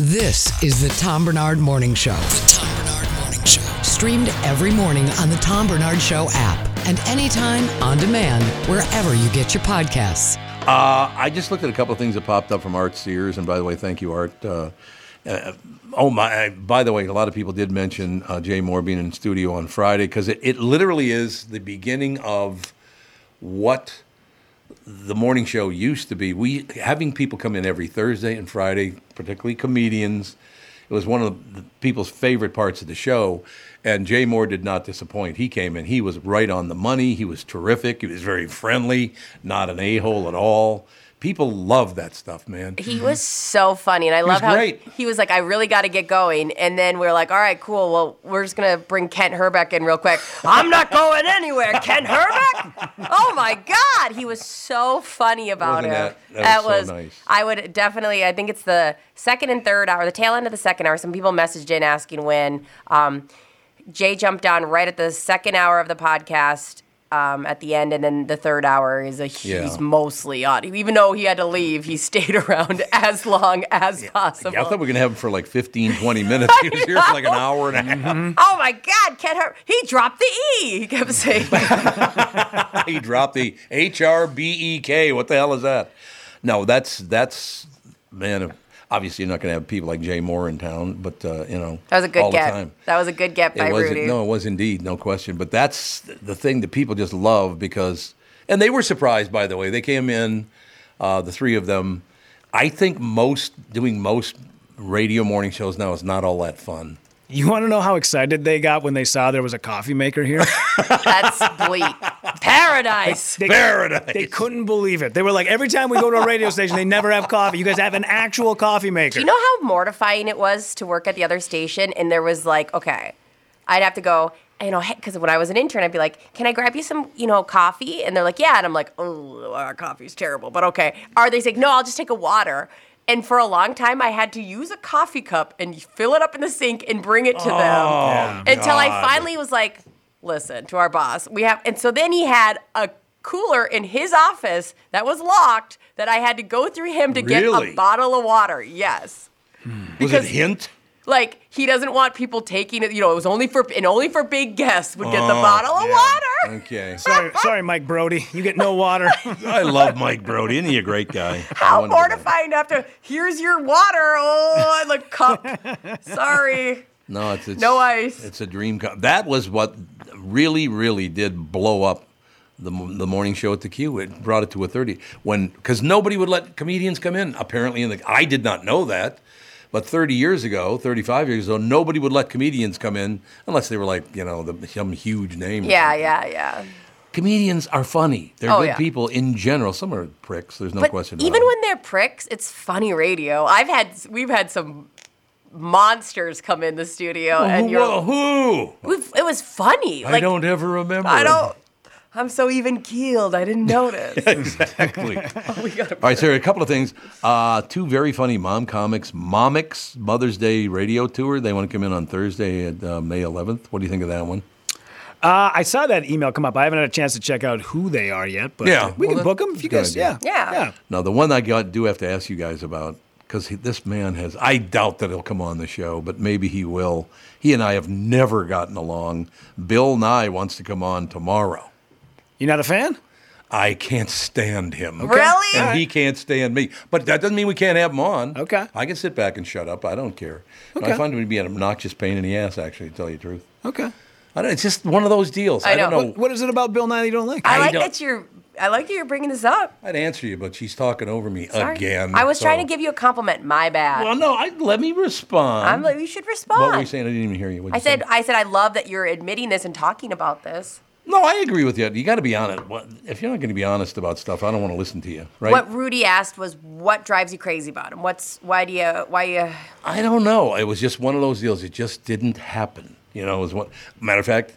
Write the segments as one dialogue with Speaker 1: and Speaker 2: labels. Speaker 1: This is the Tom Bernard Morning Show. The Tom Bernard Morning Show. Streamed every morning on the Tom Bernard Show app and anytime on demand wherever you get your podcasts.
Speaker 2: Uh, I just looked at a couple of things that popped up from Art Sears, and by the way, thank you, Art. Uh, uh, oh my! By the way, a lot of people did mention uh, Jay Moore being in studio on Friday because it, it literally is the beginning of what the morning show used to be. We having people come in every Thursday and Friday, particularly comedians. It was one of the people's favorite parts of the show, and Jay Moore did not disappoint. He came in; he was right on the money. He was terrific. He was very friendly, not an a hole at all. People love that stuff, man.
Speaker 3: He was so funny, and I love
Speaker 2: Mm-hmm. was
Speaker 3: how
Speaker 2: great.
Speaker 3: he was like, "I really got to get going." And then we are like, "All right, cool. Well, we're just gonna bring Kent Herbeck in real quick." I'm not going anywhere, Kent Herbeck. Oh my God, he was so funny about
Speaker 2: Wasn't
Speaker 3: it.
Speaker 2: that- that was so nice.
Speaker 3: I would definitely. I think it's the second and third hour, the tail end of the second hour. Some people messaged in asking when. Um, Jay jumped on right at the second hour of the podcast. Um, at the end, and then the third hour is a he's
Speaker 2: Yeah.
Speaker 3: mostly on. Even though he had to leave, he stayed around as long as possible.
Speaker 2: Yeah, I thought we were going to have him for like 15, 20 minutes. He was here for like an hour and a half.
Speaker 3: oh my God, Ken Her- he dropped the E. He kept saying, Mm-hmm.
Speaker 2: He dropped the H R B E K. What the hell is that? No, that's that's man. Obviously, you're not going to have people like Jay Moore in town, but uh, you know
Speaker 3: "That was a good
Speaker 2: all
Speaker 3: get.
Speaker 2: The time.
Speaker 3: That was a good get by
Speaker 2: it was
Speaker 3: Rudy."
Speaker 2: no, it was indeed no question. But that's the thing that people just love because, and they were surprised by the way they came in, uh, the three of them. I think most doing most radio morning shows now is not all that fun.
Speaker 4: You want to know how excited they got when they saw there was a coffee maker here?
Speaker 3: That's bleak paradise.
Speaker 4: They,
Speaker 2: Paradise.
Speaker 4: They couldn't believe it. They were like, every time we go to a radio station, they never have coffee. You guys have an actual coffee maker.
Speaker 3: Do you know how mortifying it was to work at the other station? And there was like, okay, I'd have to go, you know, because when I was an intern, I'd be like, can I grab you some, you know, coffee? And they're like, yeah. And I'm like, oh, our coffee's terrible, but okay. Or they say, no, I'll just take a water. And for a long time, I had to use a coffee cup and fill it up in the sink and bring it to them until I finally was like, listen to our boss. We have, and so then he had a cooler in his office that was locked that I had to go through him to
Speaker 2: Really?
Speaker 3: get a bottle of water. Yes
Speaker 2: was it hint?
Speaker 3: like he doesn't want people taking it. You know, it was only for and only for big guests would get the bottle of water.
Speaker 2: Oh, Okay.
Speaker 4: sorry, sorry, Mike Brody. You get no water. Uh,
Speaker 2: I love Mike Brody. Isn't he a great guy?
Speaker 3: How
Speaker 2: Wonderful.
Speaker 3: mortifying to have to. Here's your water. Oh, and the cup. Sorry.
Speaker 2: No, it's, it's
Speaker 3: No ice.
Speaker 2: It's a dream. Co- that was what really, really did blow up the m- the morning show at the Q. It brought it to a thirty when because nobody would let comedians come in. Apparently, in the I did not know that. But 30 years ago, 35 years ago, nobody would let comedians come in unless they were like, you know, the, some huge name. or
Speaker 3: Yeah,
Speaker 2: something.
Speaker 3: yeah, yeah.
Speaker 2: Comedians are funny. They're
Speaker 3: Oh,
Speaker 2: good
Speaker 3: yeah.
Speaker 2: people in general. Some are pricks. There's no
Speaker 3: But
Speaker 2: question about
Speaker 3: even
Speaker 2: it.
Speaker 3: when they're pricks, it's funny radio. I've had we've had some monsters come in the studio, and you're
Speaker 2: Whoa, who?
Speaker 3: we've, it was funny.
Speaker 2: I
Speaker 3: like
Speaker 2: don't ever remember.
Speaker 3: I
Speaker 2: it.
Speaker 3: don't. I'm so even keeled. I didn't notice.
Speaker 2: Exactly.
Speaker 3: Oh,
Speaker 2: All right, so a couple of things. Uh, two very funny mom comics. Momix Mother's Day radio tour. They want to come in on Thursday at uh, May 11th. What do you think of that one?
Speaker 4: Uh, I saw that email come up. I haven't had a chance to check out who they are yet, but
Speaker 2: Yeah.
Speaker 4: uh, we
Speaker 2: Well,
Speaker 4: can
Speaker 2: that-
Speaker 4: book them if you
Speaker 2: good
Speaker 4: guys.
Speaker 2: idea.
Speaker 4: Yeah.
Speaker 3: Yeah.
Speaker 2: Now, the one I got, do have to ask you guys about because this man has. I doubt that he'll come on the show, but maybe he will. He and I have never gotten along. Bill Nye wants to come on tomorrow.
Speaker 4: You're not a fan?
Speaker 2: I can't stand him.
Speaker 3: Really?
Speaker 2: And he can't stand me. But that doesn't mean we can't have him on.
Speaker 4: Okay.
Speaker 2: I can sit back and shut up. I don't care. I
Speaker 4: Okay.
Speaker 2: find him to be an obnoxious pain in the ass, actually, to tell you the truth.
Speaker 4: Okay.
Speaker 2: I don't, it's just one of those deals. I,
Speaker 3: I know.
Speaker 2: don't know.
Speaker 4: What is it about Bill Nye that you don't like?
Speaker 3: I
Speaker 2: I
Speaker 3: like
Speaker 2: don't-
Speaker 3: that you're. I like that you're bringing this up.
Speaker 2: I'd answer you, but she's talking over me
Speaker 3: Sorry.
Speaker 2: again.
Speaker 3: I was
Speaker 2: so-
Speaker 3: trying to give you a compliment. My bad.
Speaker 2: Well, no, I, let me respond.
Speaker 3: I'm like, you should respond.
Speaker 2: what were you saying? I didn't even hear you. What'd
Speaker 3: I
Speaker 2: you say?
Speaker 3: said, I said, I love that you're admitting this and talking about this.
Speaker 2: No, I agree with you. You got to be honest. What- If you're not going to be honest about stuff, I don't want to listen to you. Right?
Speaker 3: What Rudy asked was, what drives you crazy about him? What's why do you why you?
Speaker 2: I don't know. It was just one of those deals. It just didn't happen. You know, it was one. Matter of fact,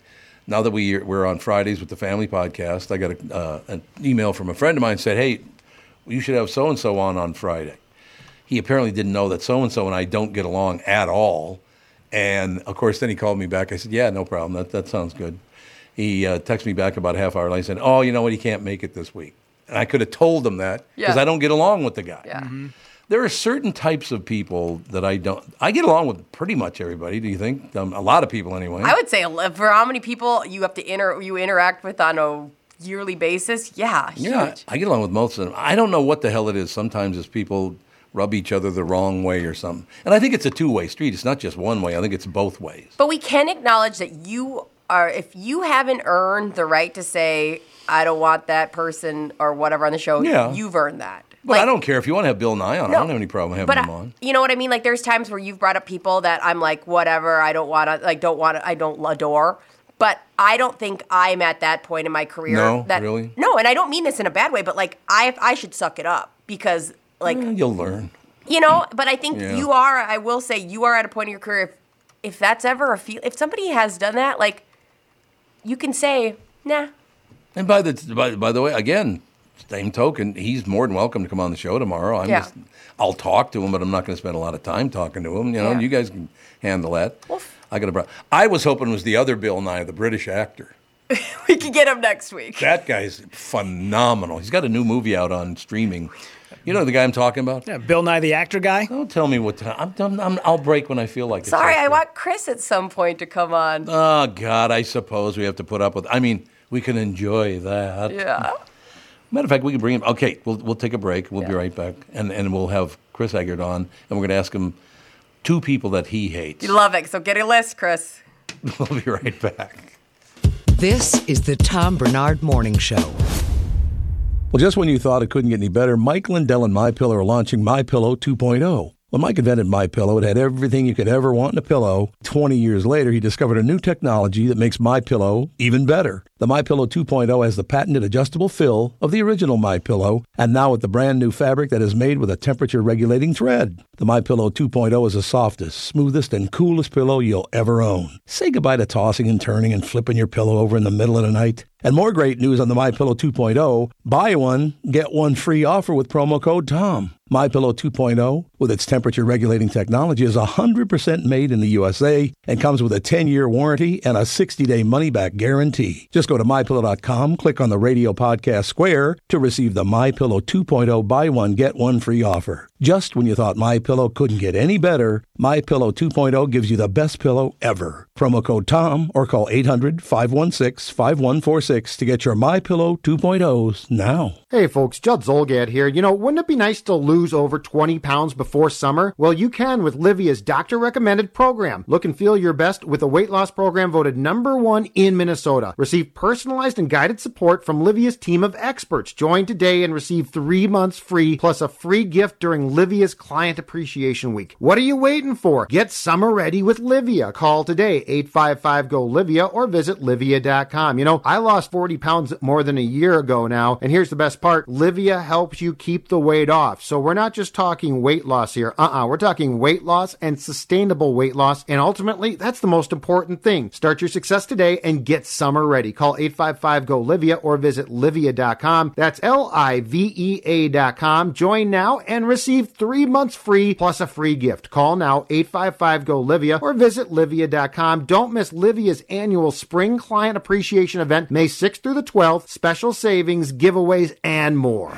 Speaker 2: now that we we're on Fridays with the family podcast, I got a, uh, an email from a friend of mine said, "Hey, you should have so and so on on Friday." He apparently didn't know that so and so and I don't get along at all. And of course, then he called me back. I said, "Yeah, no problem. That that sounds good." He uh, texted me back about a half hour later. He said, "Oh, you know what? He can't make it this week." And I could have told him that because
Speaker 3: Yeah.
Speaker 2: I don't get along with the guy.
Speaker 3: Yeah.
Speaker 2: there are certain types of people that I don't. I get along with pretty much everybody. Do you think? Um, a lot of people, anyway.
Speaker 3: I would say li- for how many people you have to inter you interact with on a yearly basis. Yeah, huge.
Speaker 2: Yeah, I get along with most of them. I don't know what the hell it is. Sometimes it's people rub each other the wrong way or something. And I think it's a two-way street. It's not just one way. I think it's both ways.
Speaker 3: But we can acknowledge that you are, if you haven't earned the right to say, I don't want that person or whatever on the show,
Speaker 2: Yeah.
Speaker 3: you've earned that.
Speaker 2: But I don't care if you want to have Bill Nye on. I don't have any problem having
Speaker 3: but
Speaker 2: him
Speaker 3: I-
Speaker 2: on.
Speaker 3: You know what I mean? Like, there's times where you've brought up people that I'm like, whatever, I don't want to, like, don't want to, I don't adore. But I don't think I'm at that point in my career.
Speaker 2: No,
Speaker 3: that,
Speaker 2: really?
Speaker 3: No, and I don't mean this in a bad way, but like, I I should suck it up because, like,
Speaker 2: Eh, You'll learn.
Speaker 3: you know but i think
Speaker 2: Mm. Yeah.
Speaker 3: you are i will say you are at a point in your career if, if that's ever a feel if somebody has done that like you can say nah
Speaker 2: And by the by, by the way, again, same token, he's more than welcome to come on the show tomorrow. I'm
Speaker 3: Yeah.
Speaker 2: just, I'll talk to him, but I'm not going to spend a lot of time talking to him. You know,
Speaker 3: Yeah.
Speaker 2: you guys can handle that.
Speaker 3: Oof.
Speaker 2: I got a. Bro- I was hoping it was the other Bill Nye, the British actor.
Speaker 3: we can get him next week
Speaker 2: That guy's phenomenal. He's got a new movie out on streaming. You know the guy I'm talking about?
Speaker 5: Yeah, Bill Nye the actor guy.
Speaker 2: Don't tell me what time. I'm, done- I'm, I'll break when I feel like it.
Speaker 3: sorry i
Speaker 2: Chester.
Speaker 3: want chris at some point to come on
Speaker 2: Oh God, I suppose we have to put up with. I mean, we can enjoy that.
Speaker 3: yeah
Speaker 2: Matter of fact, we can bring him. Okay, we'll we'll take a break. We'll be
Speaker 3: Yeah.
Speaker 2: right back, and and we'll have Chris Eggert on, and we're going to ask him two people that he hates.
Speaker 3: you love it so get a list chris
Speaker 2: we'll be right back.
Speaker 1: This is the Tom Bernard Morning Show.
Speaker 2: Well, just when you thought it couldn't get any better, Mike Lindell and My Pillow are launching My Pillow 2.0. When Mike invented My Pillow, it had everything you could ever want in a pillow. 20 years later, he discovered a new technology that makes My Pillow even better. The My Pillow 2.0 has the patented adjustable fill of the original My Pillow, and now with the brand new fabric that is made with a temperature regulating thread. The My Pillow 2.0 is the softest, smoothest, and coolest pillow you'll ever own. Say goodbye to tossing and turning and flipping your pillow over in the middle of the night. And more great news on the My Pillow 2.0, buy one, get one free offer with promo code TOM. My Pillow 2.0, with its temperature regulating technology, is 100% made in the USA and comes with a 10-year warranty and a 60-day money-back guarantee. Just go to mypillow.com, click on the radio podcast square to receive the My Pillow 2.0 buy one get one free offer. Just when you thought My Pillow couldn't get any better, My Pillow 2.0 gives you the best pillow ever. Promo code TOM or call 800-516-5146 to get your My Pillow 2.0s now.
Speaker 6: Hey folks, Judd Zolgad here. You know, wouldn't it be nice to lose over 20 pounds before summer? Well, you can with Livia's doctor recommended program. Look and feel your best with a weight loss program voted number one in Minnesota. Receive personalized and guided support from Livia's team of experts. Join today and receive three months free plus a free gift during Livia's Client Appreciation Week. What are you waiting for? Get summer ready with Livia. Call today 855-GO-LIVIA or visit livia.com. You know, I lost 40 pounds more than a year ago now, and here's the best part. Livia helps you keep the weight off. So we're not just talking weight loss here. Uh-uh. We're talking weight loss and sustainable weight loss, and ultimately, that's the most important thing. Start your success today and get summer ready. Call 855-GO-LIVIA or visit livia.com. That's L-I-V-E-A E dot com. Join now and receive three months free plus a free gift. Call now 855-GO-LIVIA or visit livia.com. Don't miss Livia's annual spring client appreciation event, May 6th through the 12th. Special savings, giveaways, and more.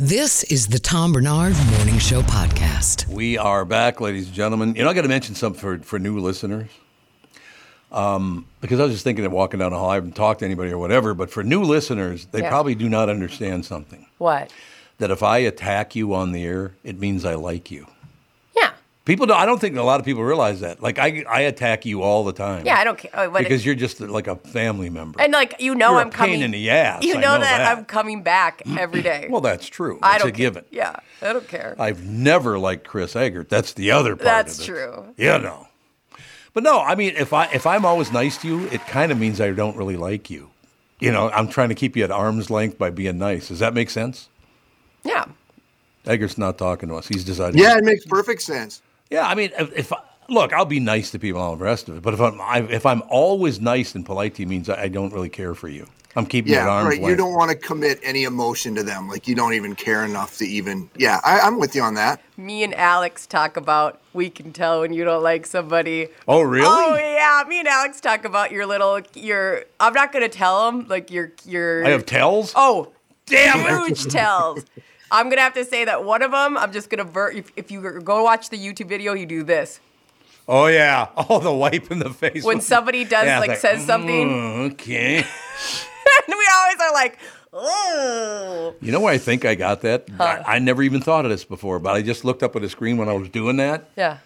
Speaker 1: This is the Tom Bernard Morning Show podcast.
Speaker 2: We are back, ladies and gentlemen. You know, I got to mention something for, for new listeners. Um, because I was just thinking of walking down the hall. I haven't talked to anybody or whatever, but for new listeners, they
Speaker 3: Yeah.
Speaker 2: probably do not understand something.
Speaker 3: What?
Speaker 2: That if I attack you on the air, it means I like you.
Speaker 3: Yeah.
Speaker 2: People, don't, I don't think a lot of people realize that. Like I, I attack you all the time.
Speaker 3: Yeah, I don't care. Oh, but
Speaker 2: because you're just like a family member.
Speaker 3: and like you know,
Speaker 2: You're a
Speaker 3: I'm coming.
Speaker 2: pain in the ass,
Speaker 3: You
Speaker 2: I
Speaker 3: know,
Speaker 2: know
Speaker 3: that,
Speaker 2: that.
Speaker 3: I'm coming back every day.
Speaker 2: well, that's true.
Speaker 3: I
Speaker 2: It's
Speaker 3: don't
Speaker 2: a
Speaker 3: care.
Speaker 2: given.
Speaker 3: Yeah, I don't care.
Speaker 2: I've never liked Chris Eggert. That's the other part.
Speaker 3: That's
Speaker 2: of it.
Speaker 3: true.
Speaker 2: You know. But no, I mean, if I if I'm always nice to you, it kind of means I don't really like you. You know, I'm trying to keep you at arm's length by being nice. Does that make sense?
Speaker 3: yeah.
Speaker 2: Eggert's not talking to us. He's decided.
Speaker 6: Yeah, it makes perfect sense.
Speaker 2: Yeah, I mean, if, if I, look, I'll be nice to people and all the rest of it. But if I'm I, if I'm always nice and polite to you, means I, I don't really care for you. I'm keeping you
Speaker 6: Yeah,
Speaker 2: at arm's
Speaker 6: right.
Speaker 2: length.
Speaker 6: You don't want to commit any emotion to them. Like you don't even care enough to even. Yeah, I, I'm with you on that.
Speaker 3: Me and Alex talk about we can tell when you don't like somebody.
Speaker 2: oh, really?
Speaker 3: Oh yeah, me and Alex talk about your little your. I'm not gonna tell him like your your.
Speaker 2: I have tells.
Speaker 3: Oh,
Speaker 2: Damn
Speaker 3: huge tells. I'm gonna have to say that one of them. I'm just gonna ver- if if you go watch the YouTube video, you do this
Speaker 2: Oh yeah. Oh, the wipe in the face.
Speaker 3: when somebody does
Speaker 2: Yeah, it's
Speaker 3: like, says something,
Speaker 2: "Mm, okay.
Speaker 3: and we always are like, oh,
Speaker 2: You know where I think I got that? I, I never even thought of this before, but I just looked up at a screen when I was doing that.
Speaker 3: yeah,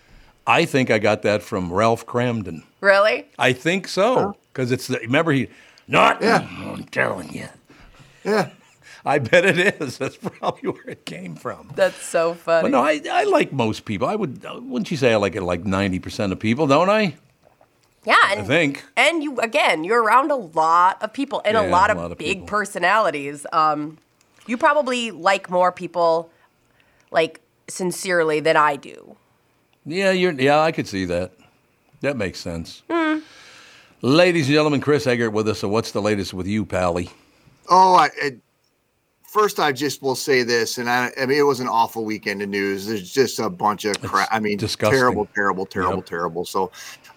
Speaker 2: I think I got that from Ralph Cramden.
Speaker 3: really?
Speaker 2: I think so, because it's the, remember he not.
Speaker 6: Yeah.
Speaker 2: I'm telling you,
Speaker 6: Yeah.
Speaker 2: I bet it is. That's probably where it came from.
Speaker 3: That's so funny.
Speaker 2: But no, I, I like most people. I would wouldn't you say I like it like ninety percent of people, don't I? Mm.
Speaker 3: yeah, and
Speaker 2: I think.
Speaker 3: and you again, you're around a lot of people and
Speaker 2: Yeah,
Speaker 3: a lot
Speaker 2: a
Speaker 3: of,
Speaker 2: lot of
Speaker 3: big
Speaker 2: people.
Speaker 3: personalities. Um, you probably like more people, like sincerely, than I do.
Speaker 2: Yeah, you're. Yeah, I could see that. That makes sense. Ladies and gentlemen, Chris Eggert with us. So, what's the latest with you, Pally?
Speaker 6: Oh, I, I first I just will say this, and I, I mean it was an awful weekend of news. There's just a bunch of crap. I mean,
Speaker 2: disgusting.
Speaker 6: terrible, terrible, terrible,
Speaker 2: Yep.
Speaker 6: terrible. So,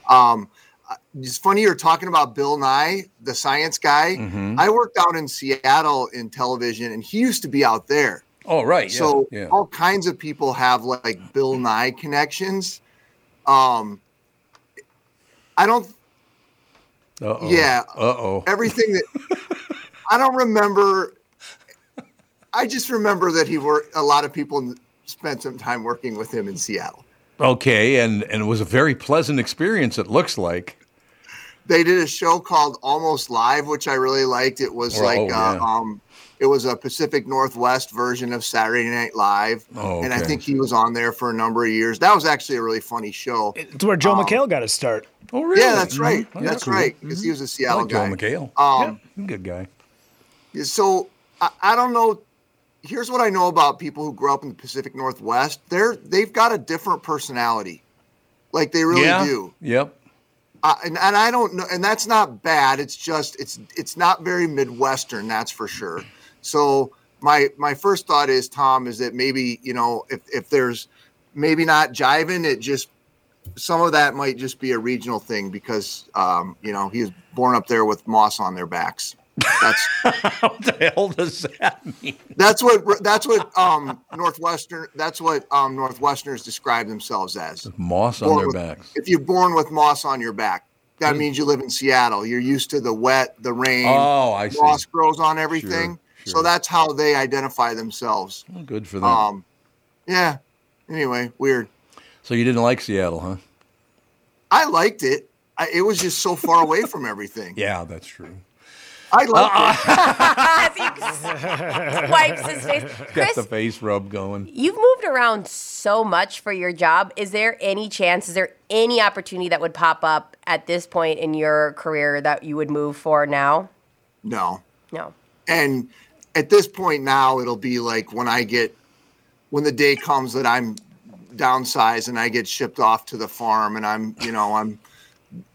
Speaker 6: um, uh, it's funny you're talking about Bill Nye, the science guy.
Speaker 2: Mm-hmm.
Speaker 6: I worked out in Seattle in television, and he used to be out there.
Speaker 2: Oh, right. yeah,
Speaker 6: So
Speaker 2: yeah.
Speaker 6: all kinds of people have like Bill Nye connections. Um, I don't
Speaker 2: Uh-oh.
Speaker 6: yeah.
Speaker 2: Uh oh.
Speaker 6: everything that I don't remember. I just remember that he worked. A lot of people spent some time working with him in Seattle.
Speaker 2: Okay, and and it was a very pleasant experience. It looks like.
Speaker 6: They did a show called Almost Live, which I really liked. It was
Speaker 2: Oh,
Speaker 6: like
Speaker 2: oh,
Speaker 6: uh,
Speaker 2: yeah.
Speaker 6: um, it was a Pacific Northwest version of Saturday Night Live,
Speaker 2: Oh,
Speaker 6: and I
Speaker 2: okay.
Speaker 6: think he was on there for a number of years. That was actually a really funny show.
Speaker 4: It's where Joe McHale got his start.
Speaker 2: Oh, really?
Speaker 6: Yeah, that's right.
Speaker 2: Mhm. Oh,
Speaker 6: that's
Speaker 2: cool.
Speaker 6: right. Because he was a
Speaker 2: I
Speaker 6: Seattle
Speaker 2: like
Speaker 6: guy.
Speaker 2: Joel McHale.
Speaker 6: Um,
Speaker 2: yeah, good guy.
Speaker 6: So I, I don't know. Here's what I know about people who grew up in the Pacific Northwest. They're they've got a different personality, like they really
Speaker 2: yeah.
Speaker 6: do.
Speaker 2: Yep.
Speaker 6: Uh, and and I don't know. And that's not bad. It's just it's it's not very Midwestern. That's for sure. So my my first thought is Tom is that maybe you know if if there's maybe not jiving, it just some of that might just be a regional thing because um, you know he was born up there with moss on their backs. That's
Speaker 2: What the hell does that mean?
Speaker 6: That's what that's what um Northwestern that's what um Northwesterners describe themselves as.
Speaker 2: Moss on
Speaker 6: Born
Speaker 2: their
Speaker 6: with-
Speaker 2: backs.
Speaker 6: If you're born with moss on your back, that means you live in Seattle. You're used to the wet, the rain.
Speaker 2: Mm. Oh, I see.
Speaker 6: moss grows on everything.
Speaker 2: sure.
Speaker 6: So that's how they identify themselves.
Speaker 2: Well, Good for them.
Speaker 6: Um yeah. Anyway, weird.
Speaker 2: so you didn't like Seattle, huh?
Speaker 6: I liked it. I, it was just so far away from everything.
Speaker 2: Yeah, that's true.
Speaker 6: I liked
Speaker 3: As
Speaker 6: it.
Speaker 3: he swipes his face,
Speaker 2: Got
Speaker 3: Chris,
Speaker 2: the face rub going.
Speaker 3: you've moved moved around so much for your job. Is there any chance? Is there any opportunity that would pop up at this point in your career that you would move for now?
Speaker 6: No.
Speaker 3: No.
Speaker 6: And at this point now, it'll be like when I get, when the day comes that I'm downsized and I get shipped off to the farm and I'm, you know, I'm,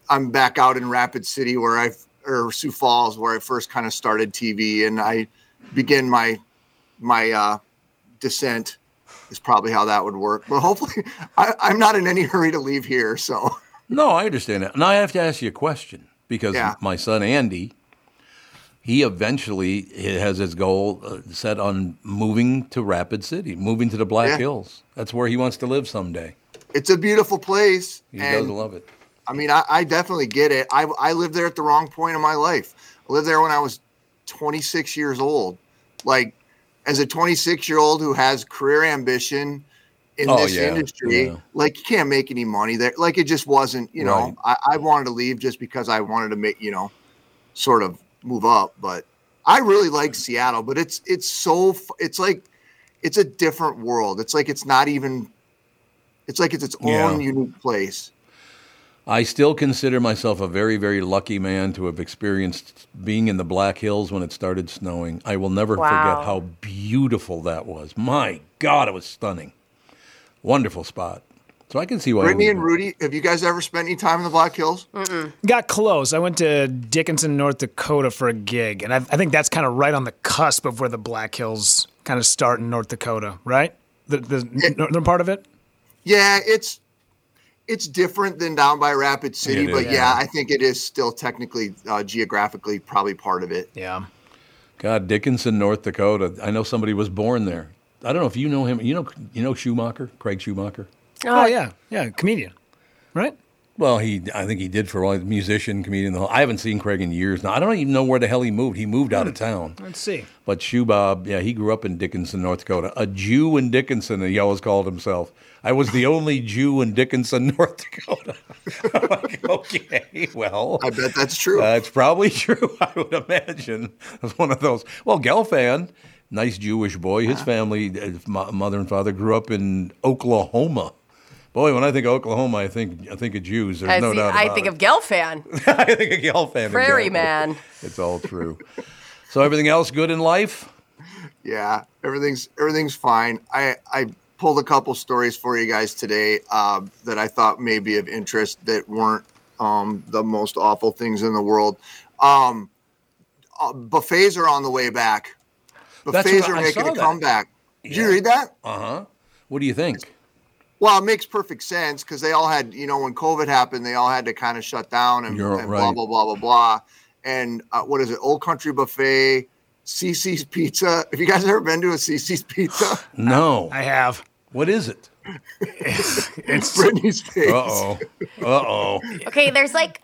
Speaker 6: I'm back out in Rapid City where I, or Sioux Falls where I first kind of started TV and I begin my, my, uh, descent is probably how that would work. But hopefully, I, I'm not in any hurry to leave here. So,
Speaker 2: No, I understand that. Now I have to ask you a question because
Speaker 6: Yeah.
Speaker 2: my son Andy, he eventually has his goal uh, set on moving to Rapid City, moving to the Black
Speaker 6: Yeah.
Speaker 2: Hills. That's where he wants to live someday.
Speaker 6: It's a beautiful place.
Speaker 2: He
Speaker 6: and
Speaker 2: does love it.
Speaker 6: I mean, I, I definitely get it. I, I lived there at the wrong point in my life. I lived there when I was 26 years old. Like, as a 26 year old who has career ambition in
Speaker 2: Oh,
Speaker 6: this
Speaker 2: yeah,
Speaker 6: industry,
Speaker 2: yeah.
Speaker 6: like, you can't make any money there. Like, it just wasn't, you know,
Speaker 2: Right.
Speaker 6: I, I wanted to leave just because I wanted to make, you know, sort of move up. But I really like Seattle, but it's, it's so, f- it's like, it's a different world. It's like, it's not even, it's like it's its
Speaker 2: Yeah.
Speaker 6: own unique place.
Speaker 2: I still consider myself a very, very lucky man to have experienced being in the Black Hills when it started snowing. I will never
Speaker 3: Wow.
Speaker 2: forget how beautiful that was. My God, it was stunning. Wonderful spot. So I can see why. he
Speaker 6: Brittany
Speaker 2: would-
Speaker 6: and Rudy, have you guys ever spent any time in the Black Hills?
Speaker 5: Got close. I went to Dickinson, North Dakota for a gig, and I, I think that's kind of right on the cusp of where the Black Hills kind of start in North Dakota, right? The, the northern part of it.
Speaker 6: Yeah, it's it's different than down by Rapid City,
Speaker 5: it is.
Speaker 6: but yeah,
Speaker 5: Yeah.
Speaker 6: I think it is still technically uh, geographically probably part of it.
Speaker 5: Yeah.
Speaker 2: God, Dickinson, North Dakota. I know somebody was born there. I don't know if you know him. You know, you know Schumacher, Craig Schumacher.
Speaker 5: Oh, yeah, yeah, comedian, right?
Speaker 2: Well, he, I think he did for a while. Musician, comedian. The whole. I haven't seen Craig in years now. I don't even know where the hell he moved. He moved out of town.
Speaker 5: Let's see.
Speaker 2: But Shoe Bob, yeah, he grew up in Dickinson, North Dakota. A Jew in Dickinson, he always called himself. I was the only Jew in Dickinson, North Dakota. I'm like, okay, well,
Speaker 6: I bet that's true.
Speaker 2: Uh, it's probably true. I would imagine it's one of those. Well, Gelfand, nice Jewish boy.
Speaker 6: Uh-huh.
Speaker 2: His family, uh, mo- mother and father, grew up in Oklahoma. Boy, when I think of Oklahoma, I think I think of Jews. There's
Speaker 3: I,
Speaker 2: no
Speaker 3: see-
Speaker 2: doubt.
Speaker 3: I
Speaker 2: about
Speaker 3: think
Speaker 2: it.
Speaker 3: of Gelfand,
Speaker 2: I think of Gelfand.
Speaker 3: Prairie
Speaker 2: exactly.
Speaker 3: Man.
Speaker 2: It's all true. so everything else good in life.
Speaker 6: Yeah, everything's everything's fine. I I pulled a couple stories for you guys today uh, that I thought may be of interest that weren't um, the most awful things in the world. Um, uh, buffets are on the way back.
Speaker 2: That's
Speaker 6: Buffets
Speaker 2: what-
Speaker 6: are
Speaker 2: I
Speaker 6: making
Speaker 2: saw
Speaker 6: a
Speaker 2: that.
Speaker 6: comeback. Did you read that?
Speaker 2: Uh huh. What do you think?
Speaker 6: Well, it makes perfect sense because they all had, you know, when COVID happened, they all had to kind of shut down and,
Speaker 2: You're
Speaker 6: and blah
Speaker 2: right.
Speaker 6: blah blah blah blah. And uh, what is it? Old Country Buffet, CC's Pizza. Have you guys ever been to a CC's Pizza?
Speaker 2: No.
Speaker 5: I have.
Speaker 2: What is it?
Speaker 5: It's
Speaker 6: Brittany's face.
Speaker 2: Uh oh. Uh oh.
Speaker 3: Okay, there's like,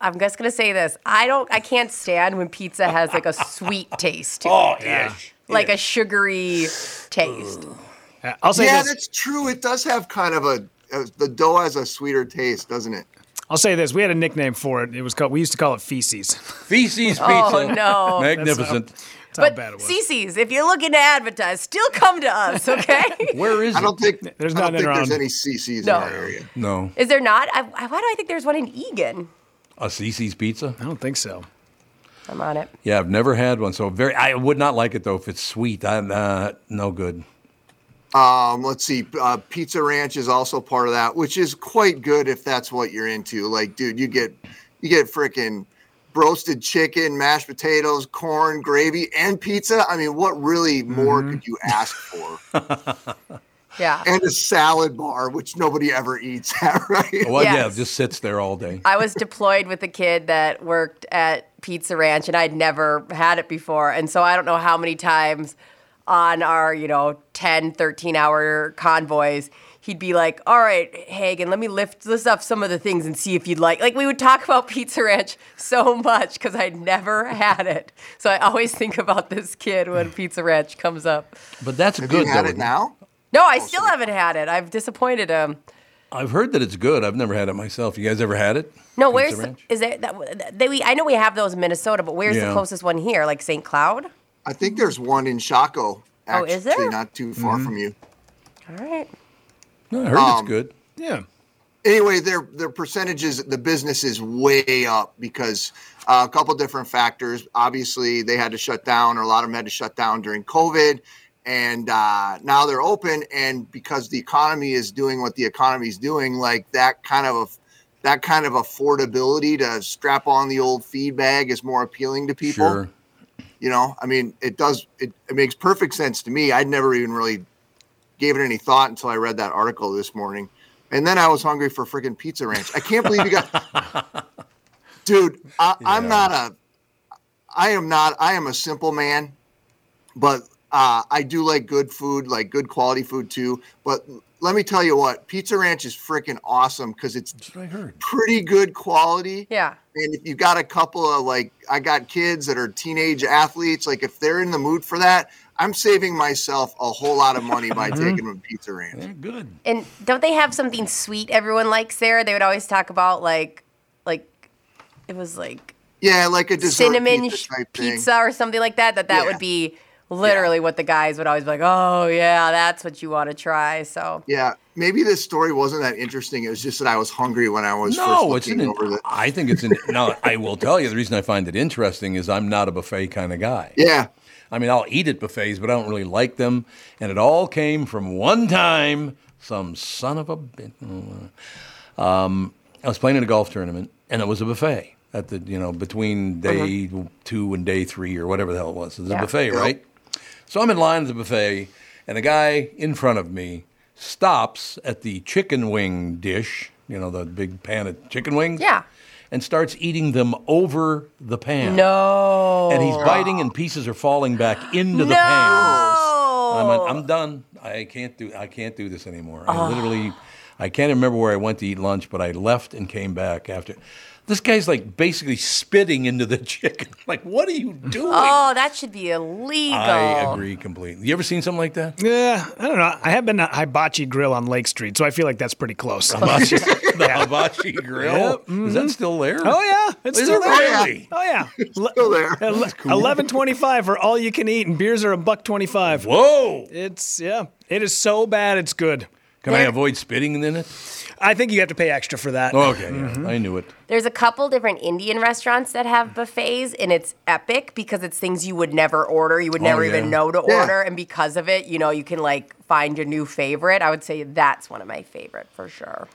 Speaker 3: I'm just gonna say this. I don't, I can't stand when pizza has like a sweet taste, to it.
Speaker 2: Oh yeah.
Speaker 3: like a sugary taste.
Speaker 5: Uh, I'll say
Speaker 6: Yeah,
Speaker 5: this.
Speaker 6: that's true. It does have kind of a, a the dough has a sweeter taste, doesn't it?
Speaker 5: I'll say this. We had a nickname for it. It was called. We used to call it feces.
Speaker 2: Feces pizza.
Speaker 3: Oh, no.
Speaker 2: Magnificent.
Speaker 5: That's how
Speaker 3: But
Speaker 5: bad it was.
Speaker 3: CC's, if you're looking to advertise, still come to us, okay?
Speaker 2: Where is
Speaker 6: I
Speaker 2: it?
Speaker 6: don't think
Speaker 5: There's
Speaker 6: I don't
Speaker 5: nothing
Speaker 6: think there's
Speaker 5: around.
Speaker 6: any CC's
Speaker 3: No.
Speaker 6: in our area.
Speaker 2: No.
Speaker 3: Is there not? I, I- why do I think there's one in Egan?
Speaker 2: A Cece's pizza?
Speaker 5: I don't think so.
Speaker 3: I'm on it.
Speaker 2: Yeah, I've never had one. So very. I would not like it though if it's sweet. I, uh, no good.
Speaker 6: Um, let's see. Uh, Pizza Ranch is also part of that, which is quite good if that's what you're into. Like, dude, you get you get freaking roasted chicken, mashed potatoes, corn, gravy, and pizza. I mean, what really more could you ask for?
Speaker 3: Yeah.
Speaker 6: and a salad bar, which nobody ever eats at, right?
Speaker 2: Oh, Well, yeah,
Speaker 3: Yes.
Speaker 2: it just sits there all day.
Speaker 3: I was deployed with a kid that worked at Pizza Ranch, and I'd never had it before. And so I don't know how many times on our, you know, 10, 13 hour convoys, he'd be like, All right, Hagen, let me lift, list off some of the things and see if you'd like. Like, we would talk about Pizza Ranch so much because I'd never had it. So I always think about this kid when Pizza Ranch comes up.
Speaker 2: But that's
Speaker 6: Have
Speaker 2: good.
Speaker 6: you had
Speaker 2: though.
Speaker 6: it now?
Speaker 3: No, I still haven't had it. I've disappointed him.
Speaker 2: I've heard that it's good. I've never had it myself. You guys ever had it? Pizza
Speaker 3: No, where's
Speaker 2: Ranch?
Speaker 3: is there that they we I know we have those in Minnesota, but where's the
Speaker 2: Yeah.
Speaker 3: closest one here? Like St. Cloud?
Speaker 6: I think there's one in
Speaker 3: Oh,
Speaker 6: Chaco. Actually,
Speaker 3: is there?
Speaker 6: Not too far from you.
Speaker 3: All right.
Speaker 2: No, I heard it's
Speaker 6: Um,
Speaker 2: good.
Speaker 5: Yeah.
Speaker 6: anyway, their their percentages, the business is way up because uh, a couple different factors. Obviously, they had to shut down, or a lot of them had to shut down during COVID, and uh, now they're open. And because the economy is doing what the economy is doing, like that kind of that kind of affordability to strap on the old feed bag is more appealing to people
Speaker 2: Sure.
Speaker 6: you know i mean it does it, it makes perfect sense to me i'd never even really gave it any thought until i read that article this morning and then i was hungry for freaking pizza ranch i can't believe you got dude I, i'm not a i am not i am a simple man but uh, i do like good food like good quality food too but let me tell you what pizza ranch is freaking awesome because it's pretty good quality
Speaker 3: yeah
Speaker 6: and if you got a couple of like, I got kids that are teenage athletes. Like, if they're in the mood for that, I'm saving myself a whole lot of money by
Speaker 2: Mhm.
Speaker 6: taking them to Pizza Ranch.
Speaker 2: good.
Speaker 3: And don't they have something sweet everyone likes there? They would always talk about like, like, it was like
Speaker 6: Yeah, like a dessert
Speaker 3: cinnamon
Speaker 6: pizza
Speaker 3: sh-
Speaker 6: type thing.
Speaker 3: pizza or something like that. That that
Speaker 6: Yeah.
Speaker 3: would be literally what the guys would always be like. Oh yeah, that's what you want to try. So
Speaker 6: Yeah, maybe this story wasn't that interesting. It was just that I was hungry when I was first
Speaker 2: No, it's
Speaker 6: looking
Speaker 2: an.
Speaker 6: over the.
Speaker 2: I think it's an. no, I will tell you the reason I find it interesting is I'm not a buffet kind of guy.
Speaker 6: Yeah.
Speaker 2: I mean, I'll eat at buffets, but I don't really like them. And it all came from one time. Some son of a bit. Um, I was playing in a golf tournament, and it was a buffet at the you know between day two and day three or whatever the hell it was. It was
Speaker 7: Yeah.
Speaker 2: a buffet,
Speaker 7: Yep.
Speaker 2: right? So I'm in line at the buffet, and a guy in front of me stops at the chicken wing dish, you know, the big pan of chicken wings.
Speaker 3: Yeah.
Speaker 2: And starts eating them over the pan.
Speaker 3: No.
Speaker 2: And he's biting, and pieces are falling back into the
Speaker 3: No.
Speaker 2: pan. I'm, like, I'm done. I can't do. I can't do this anymore. I
Speaker 7: Ah.
Speaker 2: literally, I can't remember where I went to eat lunch, but I left and came back after. This guy's like basically spitting into the chicken. Like, what are you doing?
Speaker 3: oh, that should be illegal.
Speaker 2: I agree completely. You ever seen something like that?
Speaker 5: Yeah, I don't know. I have been to Hibachi Grill on Lake Street, so I feel like that's pretty close.
Speaker 2: Hibachi- the hibachi grill
Speaker 5: Yep,
Speaker 2: is that still there?
Speaker 5: Oh yeah, it's
Speaker 2: Is
Speaker 5: still
Speaker 2: it
Speaker 5: there.
Speaker 2: really?
Speaker 5: Oh yeah, still
Speaker 6: there.
Speaker 5: Eleven twenty-five for all you can eat, and beers are a buck twenty-five.
Speaker 2: Whoa!
Speaker 5: It's yeah, it is so bad, it's good.
Speaker 2: Can I avoid spitting in it?
Speaker 5: I think you have to pay extra for that.
Speaker 2: Oh, okay, yeah, I knew it.
Speaker 3: There's a couple different Indian restaurants that have buffets, and it's epic because it's things you would never order. You would
Speaker 2: Oh,
Speaker 3: never
Speaker 2: yeah.
Speaker 3: even know to
Speaker 2: Yeah.
Speaker 3: order. And because of it, you know, you can like find your new favorite. I would say that's one of my favorite for sure.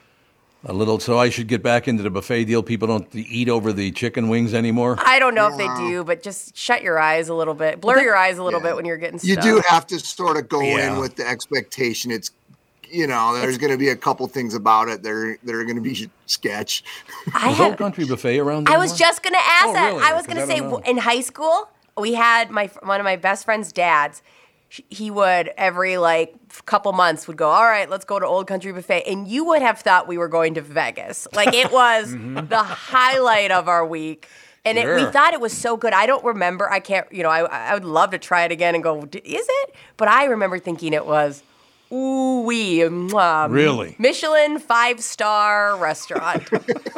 Speaker 2: A little. So I should get back into the buffet deal. People don't eat over the chicken wings anymore.
Speaker 3: I don't know if they do, but just shut your eyes a little bit, blur your eyes a little bit when you're getting
Speaker 6: You
Speaker 3: stuff.
Speaker 6: do have to sort of go
Speaker 2: Yeah.
Speaker 6: in with the expectation. It's, you know, there's going to be a couple things about it. They're they're going to be sketch.
Speaker 3: I
Speaker 2: Is Old Country Buffet around?
Speaker 3: I
Speaker 2: there
Speaker 3: was
Speaker 2: more?
Speaker 3: just gonna ask
Speaker 2: Oh,
Speaker 3: that.
Speaker 2: really?
Speaker 3: I
Speaker 2: 'Cause
Speaker 3: was gonna
Speaker 2: I
Speaker 3: say
Speaker 2: don't
Speaker 3: w-
Speaker 2: know.
Speaker 3: in high school we had my one of my best friend's dads. sh- He would every like f- couple months would go. All right, let's go to Old Country Buffet, and you would have thought we were going to Vegas. Like it was
Speaker 2: Mm-hmm.
Speaker 8: Mhm.
Speaker 3: the highlight of our week. And it, we
Speaker 8: Sure.
Speaker 3: thought it was so good. I don't remember. I can't, you know, I, I would love to try it again and go, "D- is it? But I remember thinking it was, ooh, we.
Speaker 5: Really?
Speaker 3: Michelin five star restaurant.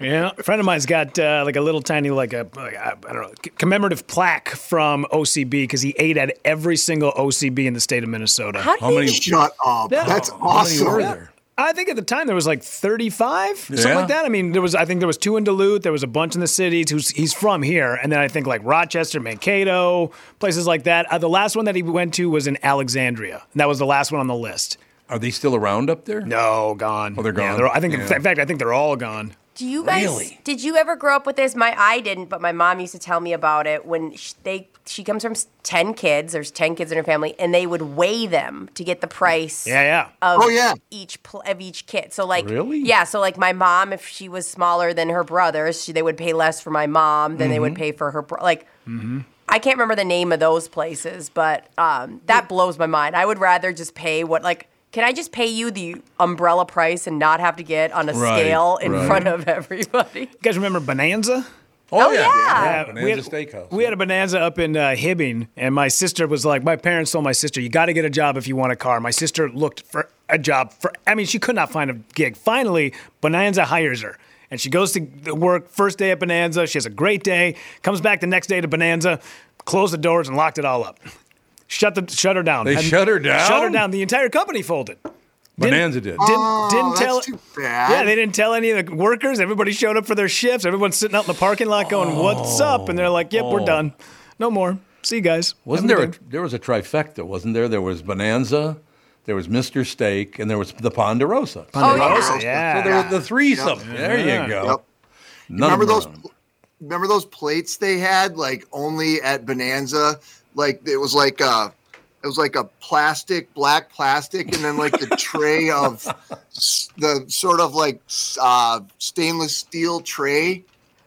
Speaker 5: Yeah, a friend of mine's got uh, like a little tiny, like a like, I I don't know, c- commemorative plaque from OCB because he ate at every single OCB in the state of Minnesota.
Speaker 6: How do How they many- Shut up. That's awesome. were there?
Speaker 5: I think at the time there was like 35, something
Speaker 6: Yeah.
Speaker 5: like that. I mean, there was I think there was two in Duluth, there was a bunch in the cities. Who's he's from here, and then I think like Rochester, Mankato, places like that. Uh, the last one that he went to was in Alexandria, and that was the last one on the list.
Speaker 2: Are they still around up there?
Speaker 5: No, gone.
Speaker 2: Oh, they're
Speaker 5: Yeah,
Speaker 2: gone.
Speaker 5: I think
Speaker 2: Yeah.
Speaker 5: in fact I think they're all gone.
Speaker 3: Do you guys?
Speaker 5: Really?
Speaker 3: Did you ever grow up with this? My I didn't, but my mom used to tell me about it when sh they she comes from s- ten kids. There's ten kids in her family, and they would weigh them to get the price.
Speaker 5: Yeah, yeah.
Speaker 6: Uh,
Speaker 3: Of
Speaker 5: Oh, yeah.
Speaker 3: Each pl- of each kid. So like
Speaker 5: Really?
Speaker 3: yeah. So like my mom, if she was smaller than her brothers, she, they would pay less for my mom than they would
Speaker 5: Mhm.
Speaker 3: pay for her. Bro- like
Speaker 5: Mm-hmm.
Speaker 3: I can't remember the name of those places, but um, that blows my mind. I would rather just pay what like. Can I just pay you the umbrella price and not have to get on a
Speaker 5: Right,
Speaker 3: scale in
Speaker 5: right.
Speaker 3: front of everybody? You
Speaker 5: guys remember Bonanza?
Speaker 3: Oh, Oh, yeah. yeah.
Speaker 5: Uh, we, had,
Speaker 2: Bonanza Steakhouse.
Speaker 5: we had a Bonanza up in uh, Hibbing, and my sister was like, my parents told my sister, you got to get a job if you want a car. My sister looked for a job for, I mean, she could not find a gig. Finally, Bonanza hires her. And she goes to work first day at Bonanza. She has a great day. Comes back the next day to Bonanza, closed the doors and locked it all up. Shut the shut her down.
Speaker 2: They
Speaker 5: Had-
Speaker 2: shut her down?
Speaker 5: Shut her down. The entire company folded.
Speaker 2: Bonanza did.
Speaker 5: Didn't, didn't tell.
Speaker 6: Oh, that's too bad.
Speaker 5: Yeah, they didn't tell any of the workers. Everybody showed up for their shifts. Everyone's sitting out in the parking lot going, "What's up?" And they're like, "Yep, we're
Speaker 2: Oh.
Speaker 5: done. No more. See you guys."
Speaker 2: Wasn't
Speaker 5: Have a
Speaker 2: there? A,
Speaker 5: good day."
Speaker 2: there was a trifecta, wasn't there? There was Bonanza, there was Mister Steak, and there was the Ponderosa.
Speaker 3: Oh,
Speaker 5: Ponderosa, yeah.
Speaker 2: So there was the threesome.
Speaker 6: Yep.
Speaker 2: There
Speaker 5: Yeah.
Speaker 2: you go.
Speaker 6: Yep.
Speaker 2: None of
Speaker 6: remember
Speaker 2: them
Speaker 6: those?
Speaker 2: were on.
Speaker 6: Remember those plates they had, like only at Bonanza. Like it was like a, it was like a plastic, black plastic, and then like the tray of s- the sort of like s- uh, stainless steel tray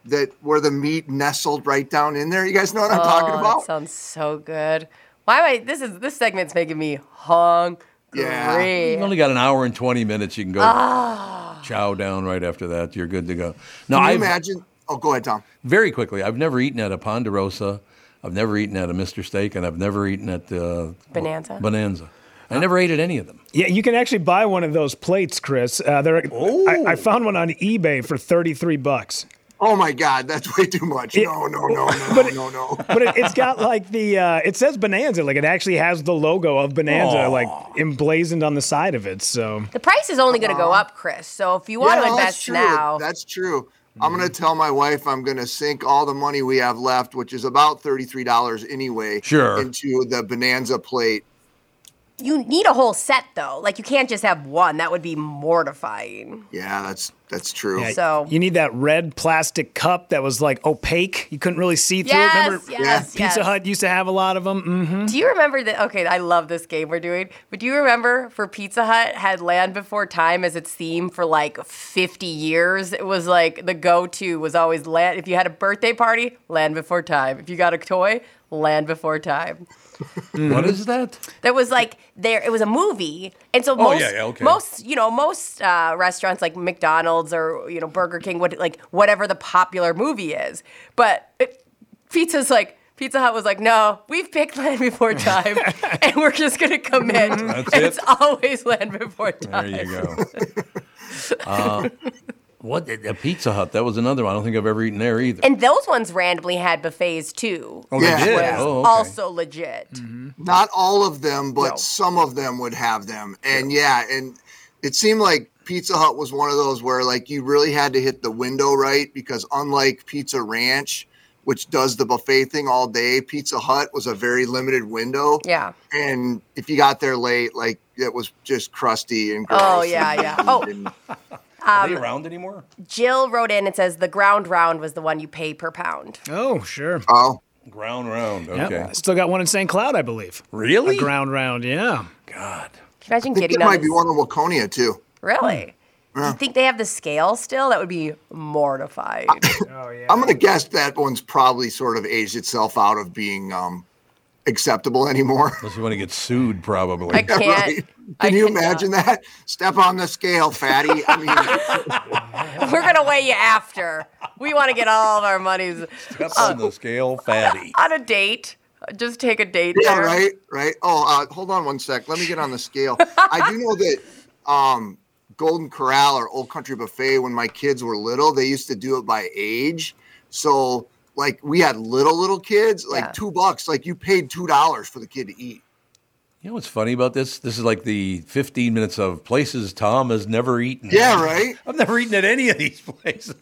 Speaker 6: that where the meat nestled right down in there. You guys know what I'm
Speaker 3: Oh,
Speaker 6: talking
Speaker 3: that
Speaker 6: about?
Speaker 3: sounds so good. Why am I? This is this segment's making me hungry.
Speaker 6: Yeah.
Speaker 2: You've only got an hour and twenty minutes. You can go
Speaker 3: Ah.
Speaker 2: chow down right after that. You're good to go. Now,
Speaker 6: Can
Speaker 2: I
Speaker 6: you imagine? Oh, go ahead, Tom.
Speaker 2: very quickly. I've never eaten at a Ponderosa. I've never eaten at a Mister Steak, and I've never eaten at uh,
Speaker 3: Bonanza?
Speaker 2: Bonanza. I never ate at any of them.
Speaker 5: Yeah, you can actually buy one of those plates, Chris. Uh, there, I, I
Speaker 2: Oh.
Speaker 5: found one on eBay for thirty-three bucks.
Speaker 6: Oh my God, that's way too much.
Speaker 5: It-
Speaker 6: No, no, no, no,
Speaker 5: but it-
Speaker 6: no, no.
Speaker 5: but it, it's got like the uh, it says Bonanza, like it actually has the logo of Bonanza
Speaker 2: Aw.
Speaker 5: like emblazoned on the side of it. So
Speaker 3: The price is only going to go up, Chris. So if you want
Speaker 6: Uh-huh. Yeah,
Speaker 3: to
Speaker 6: that's
Speaker 3: invest
Speaker 6: true.
Speaker 3: now,
Speaker 6: That's true. I'm
Speaker 2: Mm-hmm.
Speaker 6: going to tell my wife I'm going to sink all the money we have left, which is about $33 anyway,
Speaker 2: Sure.
Speaker 6: into the Bonanza plate.
Speaker 3: you need a whole set though. Like you can't just have one. That would be mortifying.
Speaker 6: Yeah, that's that's true.
Speaker 5: yeah,
Speaker 3: So-
Speaker 5: you need that red plastic cup that was like opaque. You couldn't really see through
Speaker 3: Yes,
Speaker 5: it. Remember
Speaker 3: yes,
Speaker 5: Pizza
Speaker 3: yes.
Speaker 5: Hut used to have a lot of them. Mm-hmm.
Speaker 3: Do you remember that? Okay, I love this game we're doing, but do you remember for Pizza Hut had Land Before Time as its theme for like 50 years? It was like the go to was always Land. If you had a birthday party, Land Before Time. If you got a toy, Land Before Time.
Speaker 2: What is that?
Speaker 3: That was like there. It was a movie, and so
Speaker 2: Oh,
Speaker 3: most,
Speaker 2: yeah, yeah, okay.
Speaker 3: most you know, most uh, restaurants like McDonald's or you know Burger King, what like whatever the popular movie is. But it, pizza's like Pizza Hut was like, no, we've picked Land Before Time, and we're just gonna commit.
Speaker 2: That's
Speaker 3: and
Speaker 2: it.
Speaker 3: It's always Land Before
Speaker 2: There
Speaker 3: Time.
Speaker 2: you go. Uh, what a Pizza Hut? That was another one. I don't think I've ever eaten there either.
Speaker 3: And those ones randomly had buffets too.
Speaker 2: oh, they
Speaker 6: Yeah.
Speaker 2: did.
Speaker 6: Yeah.
Speaker 2: Oh, okay. Mm-hmm.
Speaker 3: Also legit.
Speaker 6: Not all of them, but
Speaker 3: No.
Speaker 6: some of them would have them. And yeah. and it seemed like Pizza Hut was one of those where like you really had to hit the window right because unlike Pizza Ranch, which does the buffet thing all day, Pizza Hut was a very limited window.
Speaker 3: Yeah.
Speaker 6: And if you got there late, like it was just crusty and gross.
Speaker 3: Oh yeah, yeah. Oh,
Speaker 2: Are
Speaker 6: And-
Speaker 2: they
Speaker 3: um,
Speaker 2: around anymore?
Speaker 3: Jill wrote in and says the ground round was the one you pay per pound.
Speaker 5: Oh, sure.
Speaker 6: oh,
Speaker 2: Ground round.
Speaker 5: Yep.
Speaker 2: Okay.
Speaker 5: Still got one in St. Cloud, I believe.
Speaker 2: Really?
Speaker 5: A ground round, yeah.
Speaker 2: God.
Speaker 3: Can you Imagine
Speaker 6: I think
Speaker 3: getting
Speaker 6: there
Speaker 3: on
Speaker 6: might
Speaker 3: the
Speaker 6: be one in Waconia too.
Speaker 3: Really? Do you think they have the scale still? That would be mortifying.
Speaker 6: I'm going to guess that one's probably sort of aged itself out of being um, acceptable anymore.
Speaker 2: Unless you want to get sued, probably.
Speaker 3: I can't.
Speaker 6: Right?
Speaker 3: I uh,
Speaker 6: Can you
Speaker 3: cannot.
Speaker 6: imagine that? Step on the scale, fatty. I mean,
Speaker 3: We're gonna weigh you after. We want to get all of our monies
Speaker 2: That's on the scale, fatty.
Speaker 3: on a date. Just take a date.
Speaker 6: yeah,
Speaker 3: there.
Speaker 6: right, right. Oh, uh, hold on one sec. Let me get on the scale. I do know that um, Golden Corral or Old Country Buffet, when my kids were little, they used to do it by age. So, like, we had little little kids, like
Speaker 3: Yeah.
Speaker 6: two bucks. Like, you paid two dollars for the kid to eat.
Speaker 2: You know what's funny about this? This is like the 15 minutes of places Tom has never eaten.
Speaker 6: Yeah, right.
Speaker 2: I've never eaten at any of these places.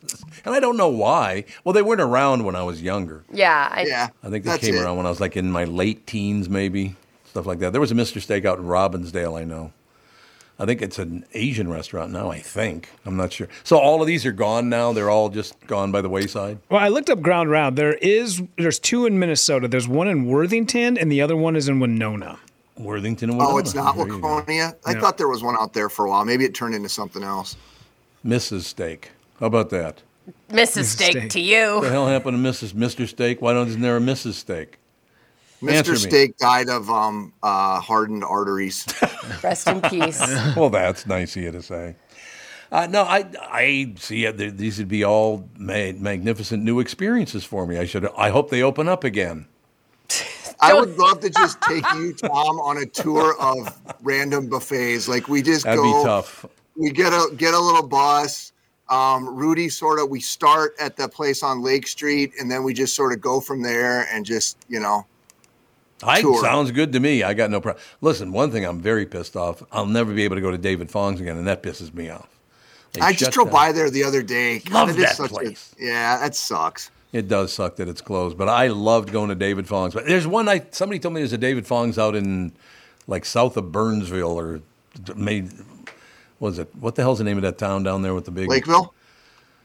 Speaker 2: And I don't know why. Well, they weren't around when I was younger.
Speaker 3: Yeah. I,
Speaker 6: Yeah,
Speaker 2: I think they
Speaker 6: that's
Speaker 2: came
Speaker 6: it.
Speaker 2: around when I was like in my late teens, maybe stuff like that. There was a Mr. Steak out in Robbinsdale, I know. I think it's an Asian restaurant now. I think I'm not sure. So all of these are gone now. They're all just gone by the wayside.
Speaker 5: Well, I looked up ground round. There is there's two in Minnesota. There's one in Worthington and the other one is in Winona.
Speaker 2: Worthington. And
Speaker 6: Oh,
Speaker 2: Winona.
Speaker 6: it's not
Speaker 2: There you go.
Speaker 6: Waconia. I thought there was one out there for a while. Maybe it turned into something else.
Speaker 2: Mrs. Steak. How about that?
Speaker 3: Mrs. Steak,
Speaker 5: Steak.
Speaker 3: to
Speaker 2: What the
Speaker 3: you.
Speaker 2: hell happened to Mrs. Mr. Steak? Why don't isn't there a Mrs. Steak? Answer
Speaker 6: Mr.
Speaker 2: me.
Speaker 6: Steak died of um, uh, hardened arteries.
Speaker 3: Rest in peace.
Speaker 2: well, that's nice of you to say. Uh, no, I I see it. Th- these would be all ma- magnificent new experiences for me. I should. I hope they open up again.
Speaker 6: I would love to just take you, Tom, on a tour of random buffets. Like we just
Speaker 2: That'd
Speaker 6: go.
Speaker 2: be tough.
Speaker 6: We get a get a little bus. Um, Rudy sort of we start at the place on Lake Street and then we just sort of go from there and just you know
Speaker 2: I
Speaker 6: Sure.
Speaker 2: sounds good to me. I got no problem. Listen, one thing I'm very pissed off. I'll never be able to go to David Fong's again, and that pisses me off. They
Speaker 6: I just
Speaker 2: shut
Speaker 6: drove
Speaker 2: down-
Speaker 6: by there the other day.
Speaker 2: Love
Speaker 6: it is
Speaker 2: that
Speaker 6: such a-
Speaker 2: place.
Speaker 6: yeah, that sucks.
Speaker 2: It does suck that it's closed, but I loved going to David Fong's. But there's one night somebody told me there's a David Fong's out in like south of Burnsville or made was it what the hell's the name of that town down there with the big
Speaker 6: Lakeville.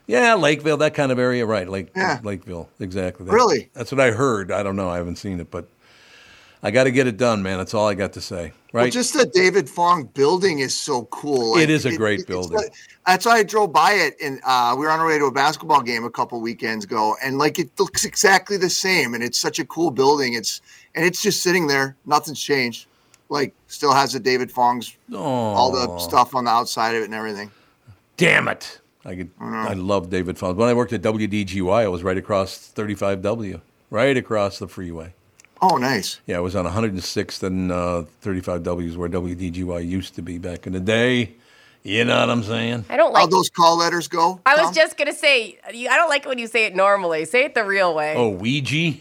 Speaker 2: Yeah, Lakeville, that kind of area, right? Lake
Speaker 6: Yeah.
Speaker 2: Lakeville, exactly.
Speaker 6: Really?
Speaker 2: That's what I heard. I don't know. I haven't seen it, but I got to get it done, man. That's all I got to say. Right?
Speaker 6: Well, just the David Fong building is so cool.
Speaker 2: It is a great
Speaker 6: it's
Speaker 2: building.
Speaker 6: like- that's why I drove by it, and uh, we were on our way to a basketball game a couple weekends ago, and like it looks exactly the same, and it's such a cool building. It's and it's just sitting there, nothing's changed. Like still has the David Fong's all
Speaker 2: Aw.
Speaker 6: the stuff on the outside of it and everything.
Speaker 2: Damn it. I could, I love David Fong. When I worked at WDGY, I was right across 35W, right across the freeway.
Speaker 6: Oh, nice.
Speaker 2: Yeah, it was on 106th and uh, 35W is where WDGY used to be back in the day. You know what I'm saying?
Speaker 3: I don't like.
Speaker 6: How those call letters go?
Speaker 3: I was
Speaker 6: Tom?
Speaker 3: just gonna say, you- I don't like when you say it normally. Say it the real way.
Speaker 2: Oh, Ouija?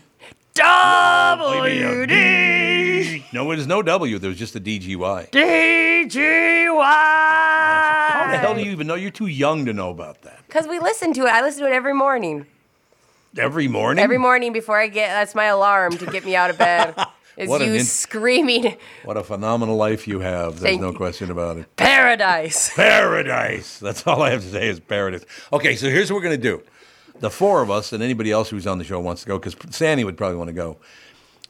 Speaker 3: W E
Speaker 2: D. No, it is no W. There was just a DGY.
Speaker 3: D G Y.
Speaker 2: How the hell do you even know? You're too young to know about that.
Speaker 3: Because we listen to it. I listen to it every morning.
Speaker 2: Every morning?
Speaker 3: Every morning before I get, that's my alarm to get me out of bed. Is
Speaker 2: What an
Speaker 3: you
Speaker 2: in-
Speaker 3: screaming
Speaker 2: What a phenomenal life you have. There's
Speaker 3: Thank
Speaker 2: no
Speaker 3: you.
Speaker 2: question about it.
Speaker 3: paradise?
Speaker 2: Paradise. That's all I have to say is paradise. Okay, so here's what we're going to do. The four of us and anybody else who's on the show wants to go, because Sandy would probably want to go.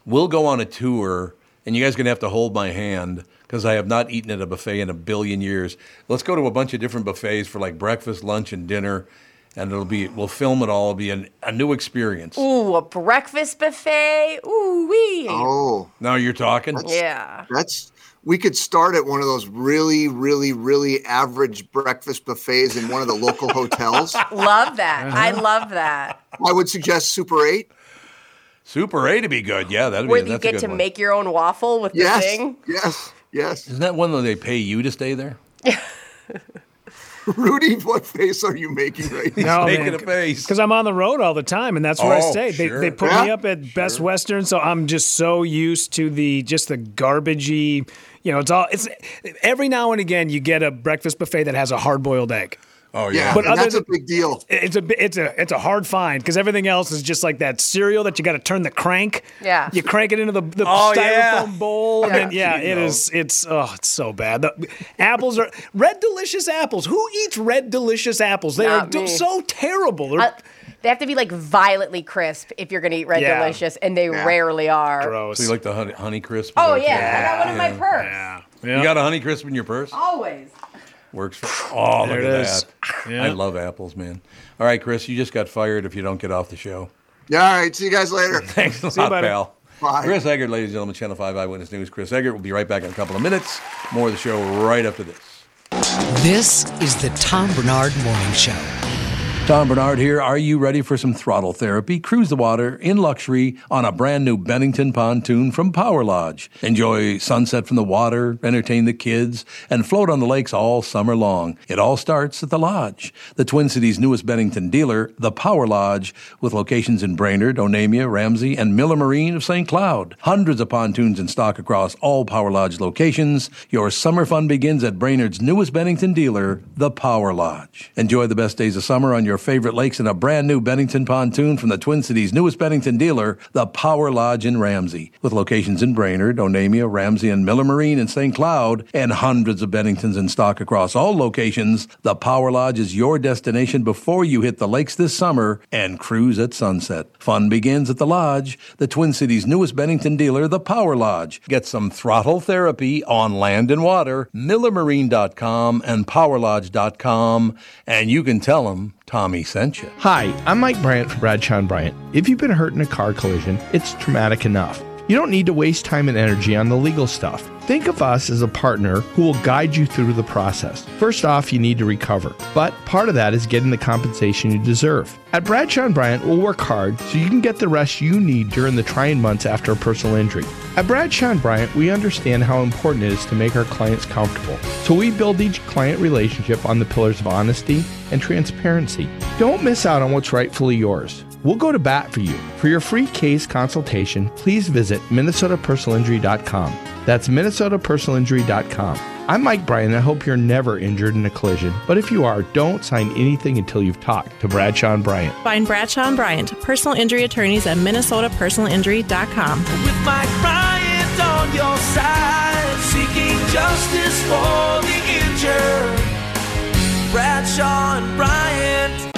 Speaker 2: We'll go on a tour, and you guys are going to have to hold my hand because I have not eaten at a buffet in a billion years. Let's go to a bunch of different buffets for like breakfast, lunch, and dinner, and it'll be we'll film it all. It'll be an, a new experience.
Speaker 3: Ooh, a breakfast buffet. Ooh wee.
Speaker 6: Oh.
Speaker 2: Now you're talking.
Speaker 3: Yeah.
Speaker 6: That's we could start at one of those really, really, really average breakfast buffets in one of the local hotels.
Speaker 3: Love that.
Speaker 2: Uh-huh.
Speaker 3: I love that.
Speaker 6: I would suggest Super Eight.
Speaker 2: Super A to be good. Yeah, that'd
Speaker 3: Where
Speaker 2: be.
Speaker 3: you
Speaker 2: that's a
Speaker 3: get
Speaker 2: good
Speaker 3: to
Speaker 2: one.
Speaker 3: make your own waffle with
Speaker 6: Yes,
Speaker 3: the thing.
Speaker 6: yes, yes.
Speaker 2: Isn't that one where they pay you to stay there?
Speaker 6: Rudy, what face are you making right now?
Speaker 5: No,
Speaker 2: Making a face.
Speaker 5: Oh, Because I'm on the road all the time, and that's where I
Speaker 2: Oh,
Speaker 5: stay. They,
Speaker 2: sure.
Speaker 5: they put me
Speaker 6: Yeah.
Speaker 5: up at Best Western, so I'm just so used to the just the garbagey. You know, it's all it's every now and again you get a breakfast buffet that has a hard boiled egg.
Speaker 2: Oh
Speaker 6: Yeah,
Speaker 2: yeah.
Speaker 5: But
Speaker 6: and
Speaker 5: other
Speaker 6: that's
Speaker 5: than-
Speaker 6: a big deal.
Speaker 5: It's a bi- it's a it's a hard find because everything else is just like that cereal that you got to turn the crank.
Speaker 3: Yeah.
Speaker 5: you crank it into the, the
Speaker 2: Oh,
Speaker 5: styrofoam
Speaker 2: yeah.
Speaker 5: bowl, and then yeah,
Speaker 2: You
Speaker 5: it
Speaker 2: know.
Speaker 5: is it's oh it's so bad. The, apples are red delicious apples. Who eats red delicious apples? They
Speaker 3: Not
Speaker 5: are del-
Speaker 3: me.
Speaker 5: so terrible. They're
Speaker 3: Uh, they have to be like violently crisp if you're gonna eat red
Speaker 5: Yeah.
Speaker 3: delicious, and they rarely are.
Speaker 5: gross.
Speaker 2: So you like the honey, honey crisp?
Speaker 3: Oh yeah. I got one in my purse. Oh.
Speaker 2: You got a honey crisp in your purse?
Speaker 3: Always.
Speaker 2: Works for Oh,
Speaker 5: There
Speaker 2: look
Speaker 5: it
Speaker 2: at
Speaker 5: is.
Speaker 2: that.
Speaker 5: Yeah.
Speaker 2: I love apples, man. All right, Chris, you just got fired if you don't get off the show.
Speaker 6: Yeah, all right. See you guys later.
Speaker 2: Thanks a lot,
Speaker 5: buddy.
Speaker 2: pal.
Speaker 6: Bye.
Speaker 2: Chris Eggert, ladies and gentlemen, Channel 5 Eyewitness News. Chris Eggert will be right back in a couple of minutes. More of the show right after this.
Speaker 1: This is the Tom Bernard Morning Show.
Speaker 2: Tom Bernard here. Are you ready for some throttle therapy? Cruise the water in luxury on a brand new Bennington pontoon from Power Lodge. Enjoy sunset from the water, entertain the kids, and float on the lakes all summer long. It all starts at the lodge. The Twin Cities' newest Bennington dealer, the Power Lodge, with locations in Brainerd, Onamia, Ramsey, and Miller Marine of St. Cloud. Hundreds of pontoons in stock across all Power Lodge locations. Your summer fun begins at Brainerd's newest Bennington dealer, the Power Lodge. Enjoy the best days of summer on your favorite lakes in a brand new Bennington pontoon from the Twin Cities' newest Bennington dealer, the Power Lodge in Ramsey, with locations in Brainerd, Onamia, Ramsey, and Miller Marine in St. Cloud, and hundreds of Benningtons in stock across all locations. The Power Lodge is your destination before you hit the lakes this summer and cruise at sunset. Fun begins at the Lodge, the Twin Cities' newest Bennington dealer, the Power Lodge. Get some throttle therapy on land and water, millermarine.com and powerlodge.com, and you can tell them Tommy sent you.
Speaker 7: Hi, I'm Mike Bryant from Bradshaw and Bryant. If you've been hurt in a car collision, it's traumatic enough. You don't need to waste time and energy on the legal stuff. Think of us as a partner who will guide you through the process. First off, you need to recover, but part of that is getting the compensation you deserve. At Bradshaw and Bryant, we'll work hard so you can get the rest you need during the trying months after a personal injury. At Bradshaw and Bryant, we understand how important it is to make our clients comfortable, so we build each client relationship on the pillars of honesty and transparency. Don't miss out on what's rightfully yours. We'll go to bat for you. For your free case consultation, please visit minnesotapersonalinjury.com. That's minnesotapersonalinjury.com. I'm Mike Bryan. I hope you're never injured in a collision, but if you are, don't sign anything until you've talked to Bradshaw and Bryant.
Speaker 8: Find Bradshaw and Bryant, personal injury attorneys at minnesotapersonalinjury.com.
Speaker 9: With Mike Bryant on your side, seeking justice for the injured. Bradshaw and Bryant.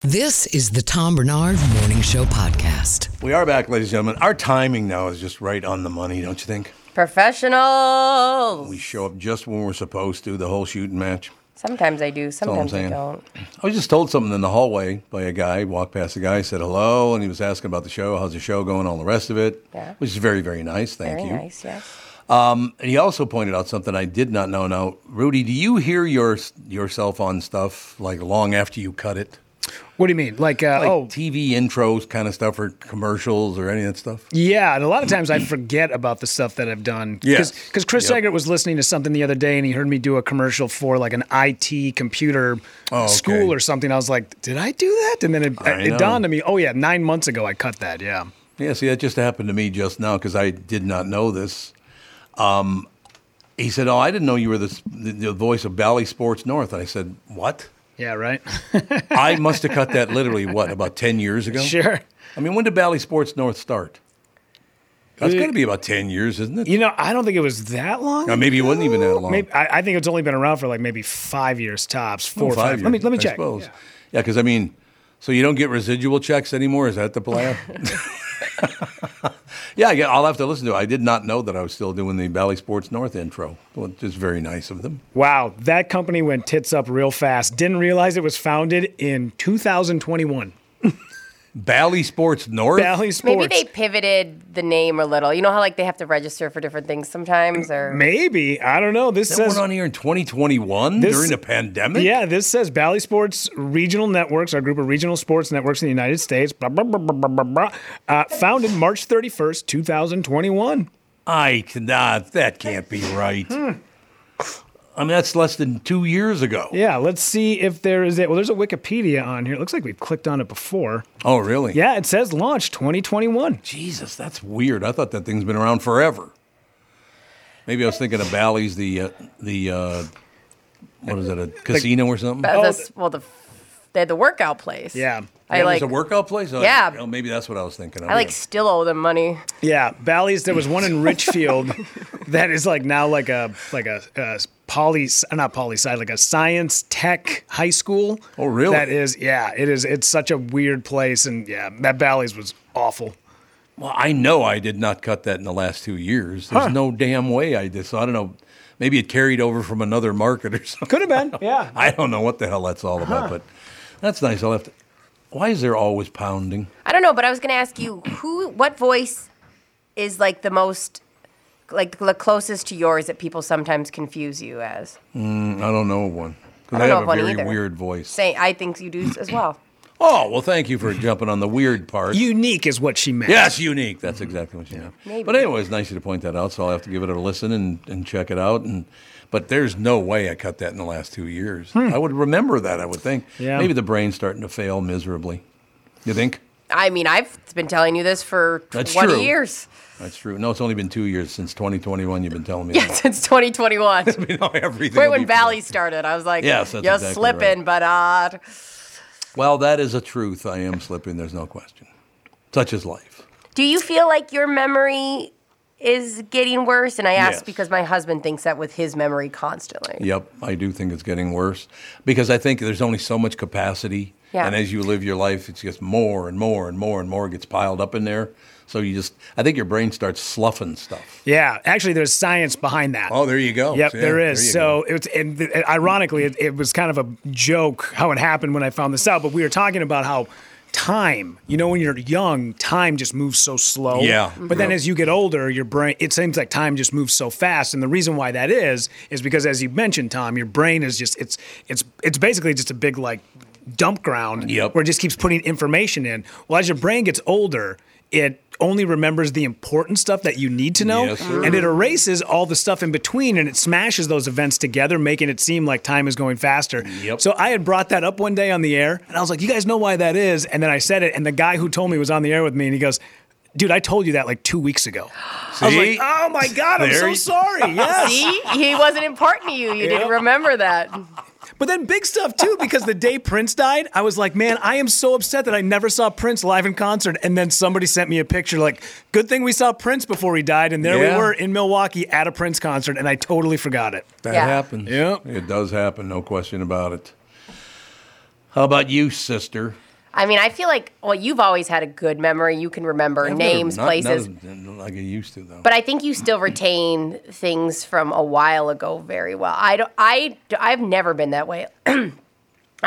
Speaker 1: This is the Tom Bernard Morning Show Podcast.
Speaker 2: We are back, ladies and gentlemen. Our timing now is just right on the money, don't you think?
Speaker 3: Professionals.
Speaker 2: We show up just when we're supposed to, the whole shooting match.
Speaker 3: Sometimes I do.
Speaker 2: all I'm
Speaker 3: Sometimes I
Speaker 2: saying.
Speaker 3: don't.
Speaker 2: I was just told something in the hallway by a guy. Walked past a guy, said hello, and he was asking about the show, how's the show going, all the rest of it.
Speaker 3: Yeah.
Speaker 2: Which is very, very nice. Thank
Speaker 3: Very
Speaker 2: you.
Speaker 3: nice. Yes.
Speaker 2: Um, and he also pointed out something I did not know. Now, Rudy, do you hear your yourself on stuff like long after you cut it?
Speaker 5: What do you mean? Like, uh,
Speaker 2: Like
Speaker 5: oh,
Speaker 2: TV intros kind of stuff or commercials or any of that stuff?
Speaker 5: yeah. And a lot of times I forget about the stuff that I've done.
Speaker 2: Yes.
Speaker 5: Because Chris
Speaker 2: Yep.
Speaker 5: Segert was listening to something the other day and he heard me do a commercial for like an IT computer
Speaker 2: Oh, okay.
Speaker 5: school or something. I was like, did I do that? And then it,
Speaker 2: I know.
Speaker 5: it dawned on me, oh, yeah, nine months ago I cut that. Yeah.
Speaker 2: Yeah, see, that just happened to me just now because I did not know this. Um, he said, "Oh, I didn't know you were the, the, the voice of Bally Sports North." I said, "What?
Speaker 5: Yeah, right?
Speaker 2: I must have cut that literally what about ten years ago?
Speaker 5: Sure.
Speaker 2: I mean, when did Bally Sports North start? That's got to be about ten years, isn't it?
Speaker 5: Uh, You know, I don't think it was that long.
Speaker 2: Or maybe it wasn't even that long. Oh,
Speaker 5: Maybe, I, I think it's only been around for like maybe five years tops, four or
Speaker 2: five
Speaker 5: five. Let me
Speaker 2: years,
Speaker 5: let me
Speaker 2: I
Speaker 5: check.
Speaker 2: Suppose. Yeah, because I mean, so you don't get residual checks anymore? Is that the plan? yeah, yeah, I'll have to listen to it. I did not know that I was still doing the Bally Sports North intro, which is very nice of them.
Speaker 5: Wow, that company went tits up real fast. Didn't realize it was founded in 2021.
Speaker 2: Bally Sports North?
Speaker 5: Bally Sports.
Speaker 3: Maybe they pivoted the name a little. You know how like they have to register for different things sometimes, or
Speaker 5: Maybe. I don't know. This
Speaker 2: That
Speaker 5: says.
Speaker 2: went on here in 2021
Speaker 5: This-
Speaker 2: during the pandemic?
Speaker 5: Yeah, this says Bally Sports Regional Networks, our group of regional sports networks in the United States, blah, blah, blah, blah, blah, blah, blah, uh, founded March 31st, 2021.
Speaker 2: I cannot. That can't be right.
Speaker 3: Hmm.
Speaker 2: I mean, that's less than two years ago.
Speaker 5: Yeah, let's see if there is it. Well, there's a Wikipedia on here. It looks like we've clicked on it before.
Speaker 2: Oh, really?
Speaker 5: Yeah, it says launch 2021.
Speaker 2: Jesus, that's weird. I thought that thing's been around forever. Maybe I was thinking of Bally's, the uh, the uh, what is it, a casino or something?
Speaker 3: But that's- well, the they had the workout place. I
Speaker 2: Mm-hmm. Oh, Yeah, it was
Speaker 3: like
Speaker 2: a workout place. Oh,
Speaker 3: Yeah.
Speaker 2: oh, maybe that's what I was thinking of.
Speaker 3: I like
Speaker 2: yeah.
Speaker 3: still owe them money.
Speaker 5: Yeah, Bally's. There was one in Richfield that is like now like a like a, uh poly not poly sci like a science tech high school.
Speaker 2: Oh, really?
Speaker 5: That is yeah. It is. It's such a weird place, and yeah, that Bally's was awful.
Speaker 2: Well, I know I did not cut that in the last two years. There's
Speaker 5: Huh.
Speaker 2: no damn way I did. So I don't know. Maybe it carried over from another market or something.
Speaker 5: Could have been. Yeah.
Speaker 2: I don't know what the hell that's all about, but that's nice. I'll have to. Why is there always pounding?
Speaker 3: I don't know, but I was gonna ask you who, what voice is like the most, like the closest to yours that people sometimes confuse you as.
Speaker 2: Mm, I don't know one.
Speaker 3: I
Speaker 2: Because
Speaker 3: don't
Speaker 2: I,
Speaker 3: know
Speaker 2: have
Speaker 3: of
Speaker 2: a
Speaker 3: one
Speaker 2: very
Speaker 3: either.
Speaker 2: weird voice.
Speaker 3: Say, I think you do as well.
Speaker 2: Oh, well, thank you for jumping on the weird part.
Speaker 5: Unique is what she meant.
Speaker 2: Yes, unique. That's exactly what you meant.
Speaker 3: Mm-hmm. Maybe.
Speaker 2: But anyway, it's nice of you to point that out, so I'll have to give it a listen and, and check it out. And but there's no way I cut that in the last two years. I would remember that. I would think.
Speaker 3: Hmm. Yeah.
Speaker 2: Maybe the brain's starting to fail miserably. You think?
Speaker 3: I mean, I've been telling you this for
Speaker 2: That's
Speaker 3: 20
Speaker 2: true.
Speaker 3: years.
Speaker 2: That's true. No, it's only been two years since 2021. You've been telling me
Speaker 3: Yeah, since 2021.
Speaker 2: that. no, everything.
Speaker 3: Right
Speaker 2: will
Speaker 3: when
Speaker 2: be-
Speaker 3: Valley started, I was like,
Speaker 2: Yes, that's
Speaker 3: you're
Speaker 2: exactly
Speaker 3: slipping, but uh,
Speaker 2: Well, that is a truth. I am slipping. There's no question. Such is life.
Speaker 3: do you feel like your memory is getting worse? And I ask
Speaker 2: Yes.
Speaker 3: because my husband thinks that with his memory constantly.
Speaker 2: Yep, I do think it's getting worse because I think there's only so much capacity,
Speaker 3: Yeah.
Speaker 2: and as you live your life, it's just more and more and more and more gets piled up in there. So you just, I think your brain starts sloughing stuff.
Speaker 5: Yeah, actually, there's science behind that.
Speaker 2: Oh, there you go.
Speaker 5: Yep,
Speaker 2: Yeah,
Speaker 5: there
Speaker 2: there
Speaker 5: is.
Speaker 2: you
Speaker 5: so it's and th- ironically, it, it was kind of a joke how it happened when I found this out. But we were talking about how time. You know, when you're young, time just moves so slow.
Speaker 2: Yeah.
Speaker 5: But then
Speaker 2: Yep.
Speaker 5: as you get older, your brain, it seems like time just moves so fast. And the reason why that is, is because as you mentioned, Tom, your brain is just, it's, it's, it's basically just a big like dump ground
Speaker 2: Yep.
Speaker 5: where it just keeps putting information in. Well, as your brain gets older, it only remembers the important stuff that you need to know
Speaker 2: Yes, sir.
Speaker 5: and it erases all the stuff in between and it smashes those events together making it seem like time is going faster so i had brought that up one day on the air and i was like you guys know why that is and then i said it and the guy who told me was on the air with me and he goes dude i told you that like two weeks ago i was
Speaker 2: See?
Speaker 5: like
Speaker 3: "Ah."
Speaker 5: oh my god i'm
Speaker 2: There
Speaker 5: so
Speaker 2: you-
Speaker 5: sorry yes
Speaker 3: See, he wasn't important to you. You didn't
Speaker 5: Yep.
Speaker 3: remember that.
Speaker 5: But then big stuff too, because the day Prince died, I was like, man, I am so upset that I never saw Prince live in concert. And then somebody sent me a picture like, good thing we saw Prince before he died. And there
Speaker 2: Yeah.
Speaker 5: we were in Milwaukee at a Prince concert, and I totally forgot it.
Speaker 2: That happens. Yep. It does happen, no question about it. How about you, sister?
Speaker 3: I mean, I feel like well, you've always had a good memory. You can remember
Speaker 2: I've never-
Speaker 3: names,
Speaker 2: not- not as-
Speaker 3: places.
Speaker 2: not like I used to, though.
Speaker 3: But I think you still retain things from a while ago very well. I don't, I I've never been that way. I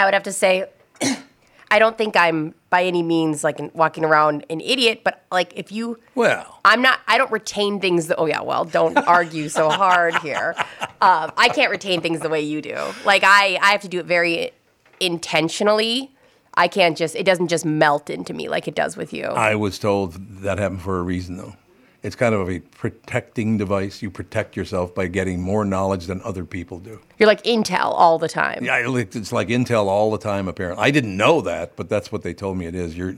Speaker 3: would have to say I don't think I'm by any means like an, walking around an idiot, but like if you
Speaker 2: Well.
Speaker 3: I'm not I don't retain things that, oh yeah, well, don't argue so hard here. Um, I can't retain things the way you do. Like I I have to do it very intentionally. I can't just it doesn't just melt into me like it does with you.
Speaker 2: I was told that happened for a reason, though. It's kind of a protecting device. You protect yourself by getting more knowledge than other people do.
Speaker 3: You're like intel all the time.
Speaker 2: Yeah, I- like- it's like intel all the time. Apparently, I didn't know that, but that's what they told me it is. You're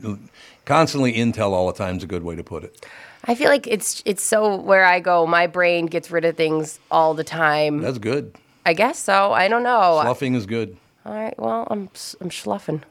Speaker 2: constantly intel all the time is a good way to put it.
Speaker 3: I feel like it's it's so where I go. My brain gets rid of things all the time.
Speaker 2: That's good.
Speaker 3: I guess so. I don't know.
Speaker 2: Sluffing is good.
Speaker 3: All right. Well, I'm s- I'm schluffing.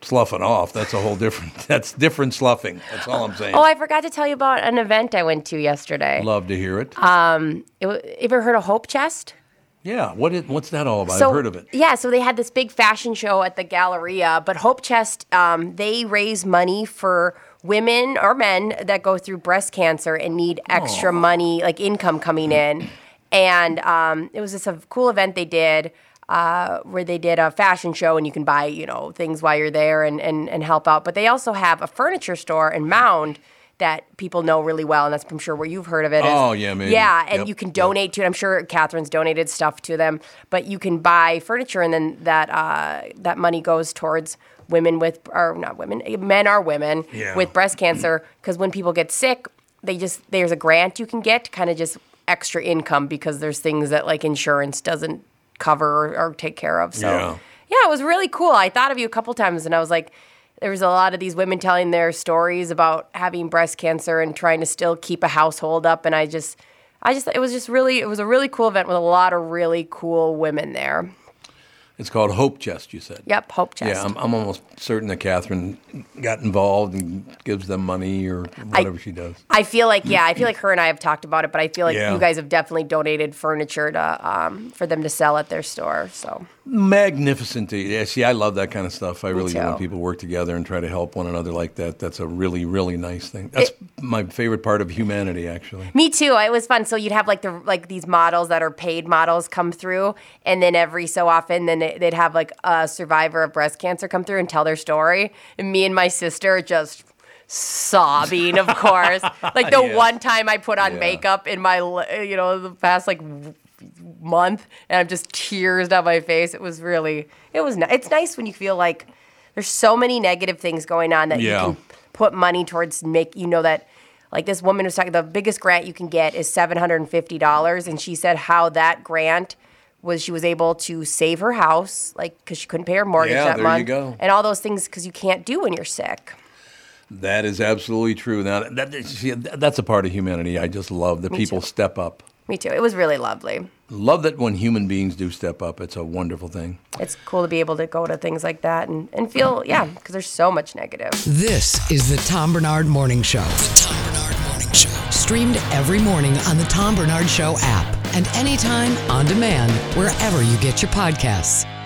Speaker 2: Sluffing off. That's a whole different. That's different sluffing. That's all I'm saying.
Speaker 3: Oh, I forgot to tell you about an event I went to yesterday.
Speaker 2: love to hear it.
Speaker 3: Um, it, wa- ever heard of Hope Chest?
Speaker 2: Yeah. What is, what's that all about? I've heard of it.
Speaker 3: Yeah, so they had this big fashion show at the Galleria, but Hope Chest, um, they raise money for women or men that go through breast cancer and need extra
Speaker 10: Aw.
Speaker 3: money, like income coming in. And um, it was just a cool event they did. Uh, where they did a fashion show and you can buy you know things while you're there and, and, and help out but they also have a furniture store in mound that people know really well and that's i'm sure where you've heard of it is-
Speaker 2: Oh, yeah, maybe.
Speaker 3: yeah and
Speaker 2: Yep.
Speaker 3: you can donate to it. I'm sure Catherine's donated stuff to them, but you can buy furniture, and then that uh, that money goes towards women with or not women, men are women
Speaker 10: Yeah.
Speaker 3: with breast cancer. Because when people get sick, they just there's a grant you can get to kind of just extra income because there's things that like insurance doesn't cover or, or take care of. So
Speaker 2: Yeah.
Speaker 3: yeah, it was really cool. I thought of you a couple times, and I was like. There was a lot of these women telling their stories about having breast cancer and trying to still keep a household up, and I just I just it was just really it was a really cool event with a lot of really cool women there.
Speaker 2: It's called Hope Chest. You said.
Speaker 3: Yep, Hope Chest.
Speaker 2: Yeah, I'm, I'm almost certain that Catherine got involved and gives them money or whatever she does.
Speaker 3: I feel like yeah, I feel like her and I have talked about it, but I feel like
Speaker 2: Yeah.
Speaker 3: you guys have definitely donated furniture to um, for them to sell at their store. So
Speaker 2: Magnificent. Yeah, see, I love that kind of stuff. I really do when
Speaker 3: too.
Speaker 2: people work together and try to help one another like that. That's a really, really nice thing. That's my favorite part of humanity, actually.
Speaker 3: me too. It was fun. So you'd have like the like these models that are paid models come through, and then every so often, then they- they'd have like a survivor of breast cancer come through and tell their story. And me and my sister just sobbing, of course. like the
Speaker 10: Yeah.
Speaker 3: one time I put on
Speaker 10: Yeah.
Speaker 3: makeup in my li- you know the past like w- month, and I'm just tears down my face. It was really it was. Ni- it's nice when you feel like there's so many negative things going on that
Speaker 2: Yeah.
Speaker 3: you can put money towards make you know that like this woman was talking the biggest grant you can get is $750 and she said how that grant was she was able to save her house like because she couldn't pay her mortgage
Speaker 2: Yeah,
Speaker 3: that
Speaker 2: there you
Speaker 3: month
Speaker 2: go.
Speaker 3: and all those things because you can't do when you're sick
Speaker 2: That is absolutely true. Now, that, that- see, that's a part of humanity I just love that
Speaker 3: Me
Speaker 2: people
Speaker 3: too.
Speaker 2: step up.
Speaker 3: me too it was really lovely
Speaker 2: Love that when human beings do step up, it's a wonderful thing.
Speaker 3: it's cool to be able to go to things like that and, and feel yeah because there's so much negative
Speaker 1: This is the Tom Bernard Morning Show. Streamed every morning on the Tom Bernard Show app and anytime on demand wherever you get your podcasts.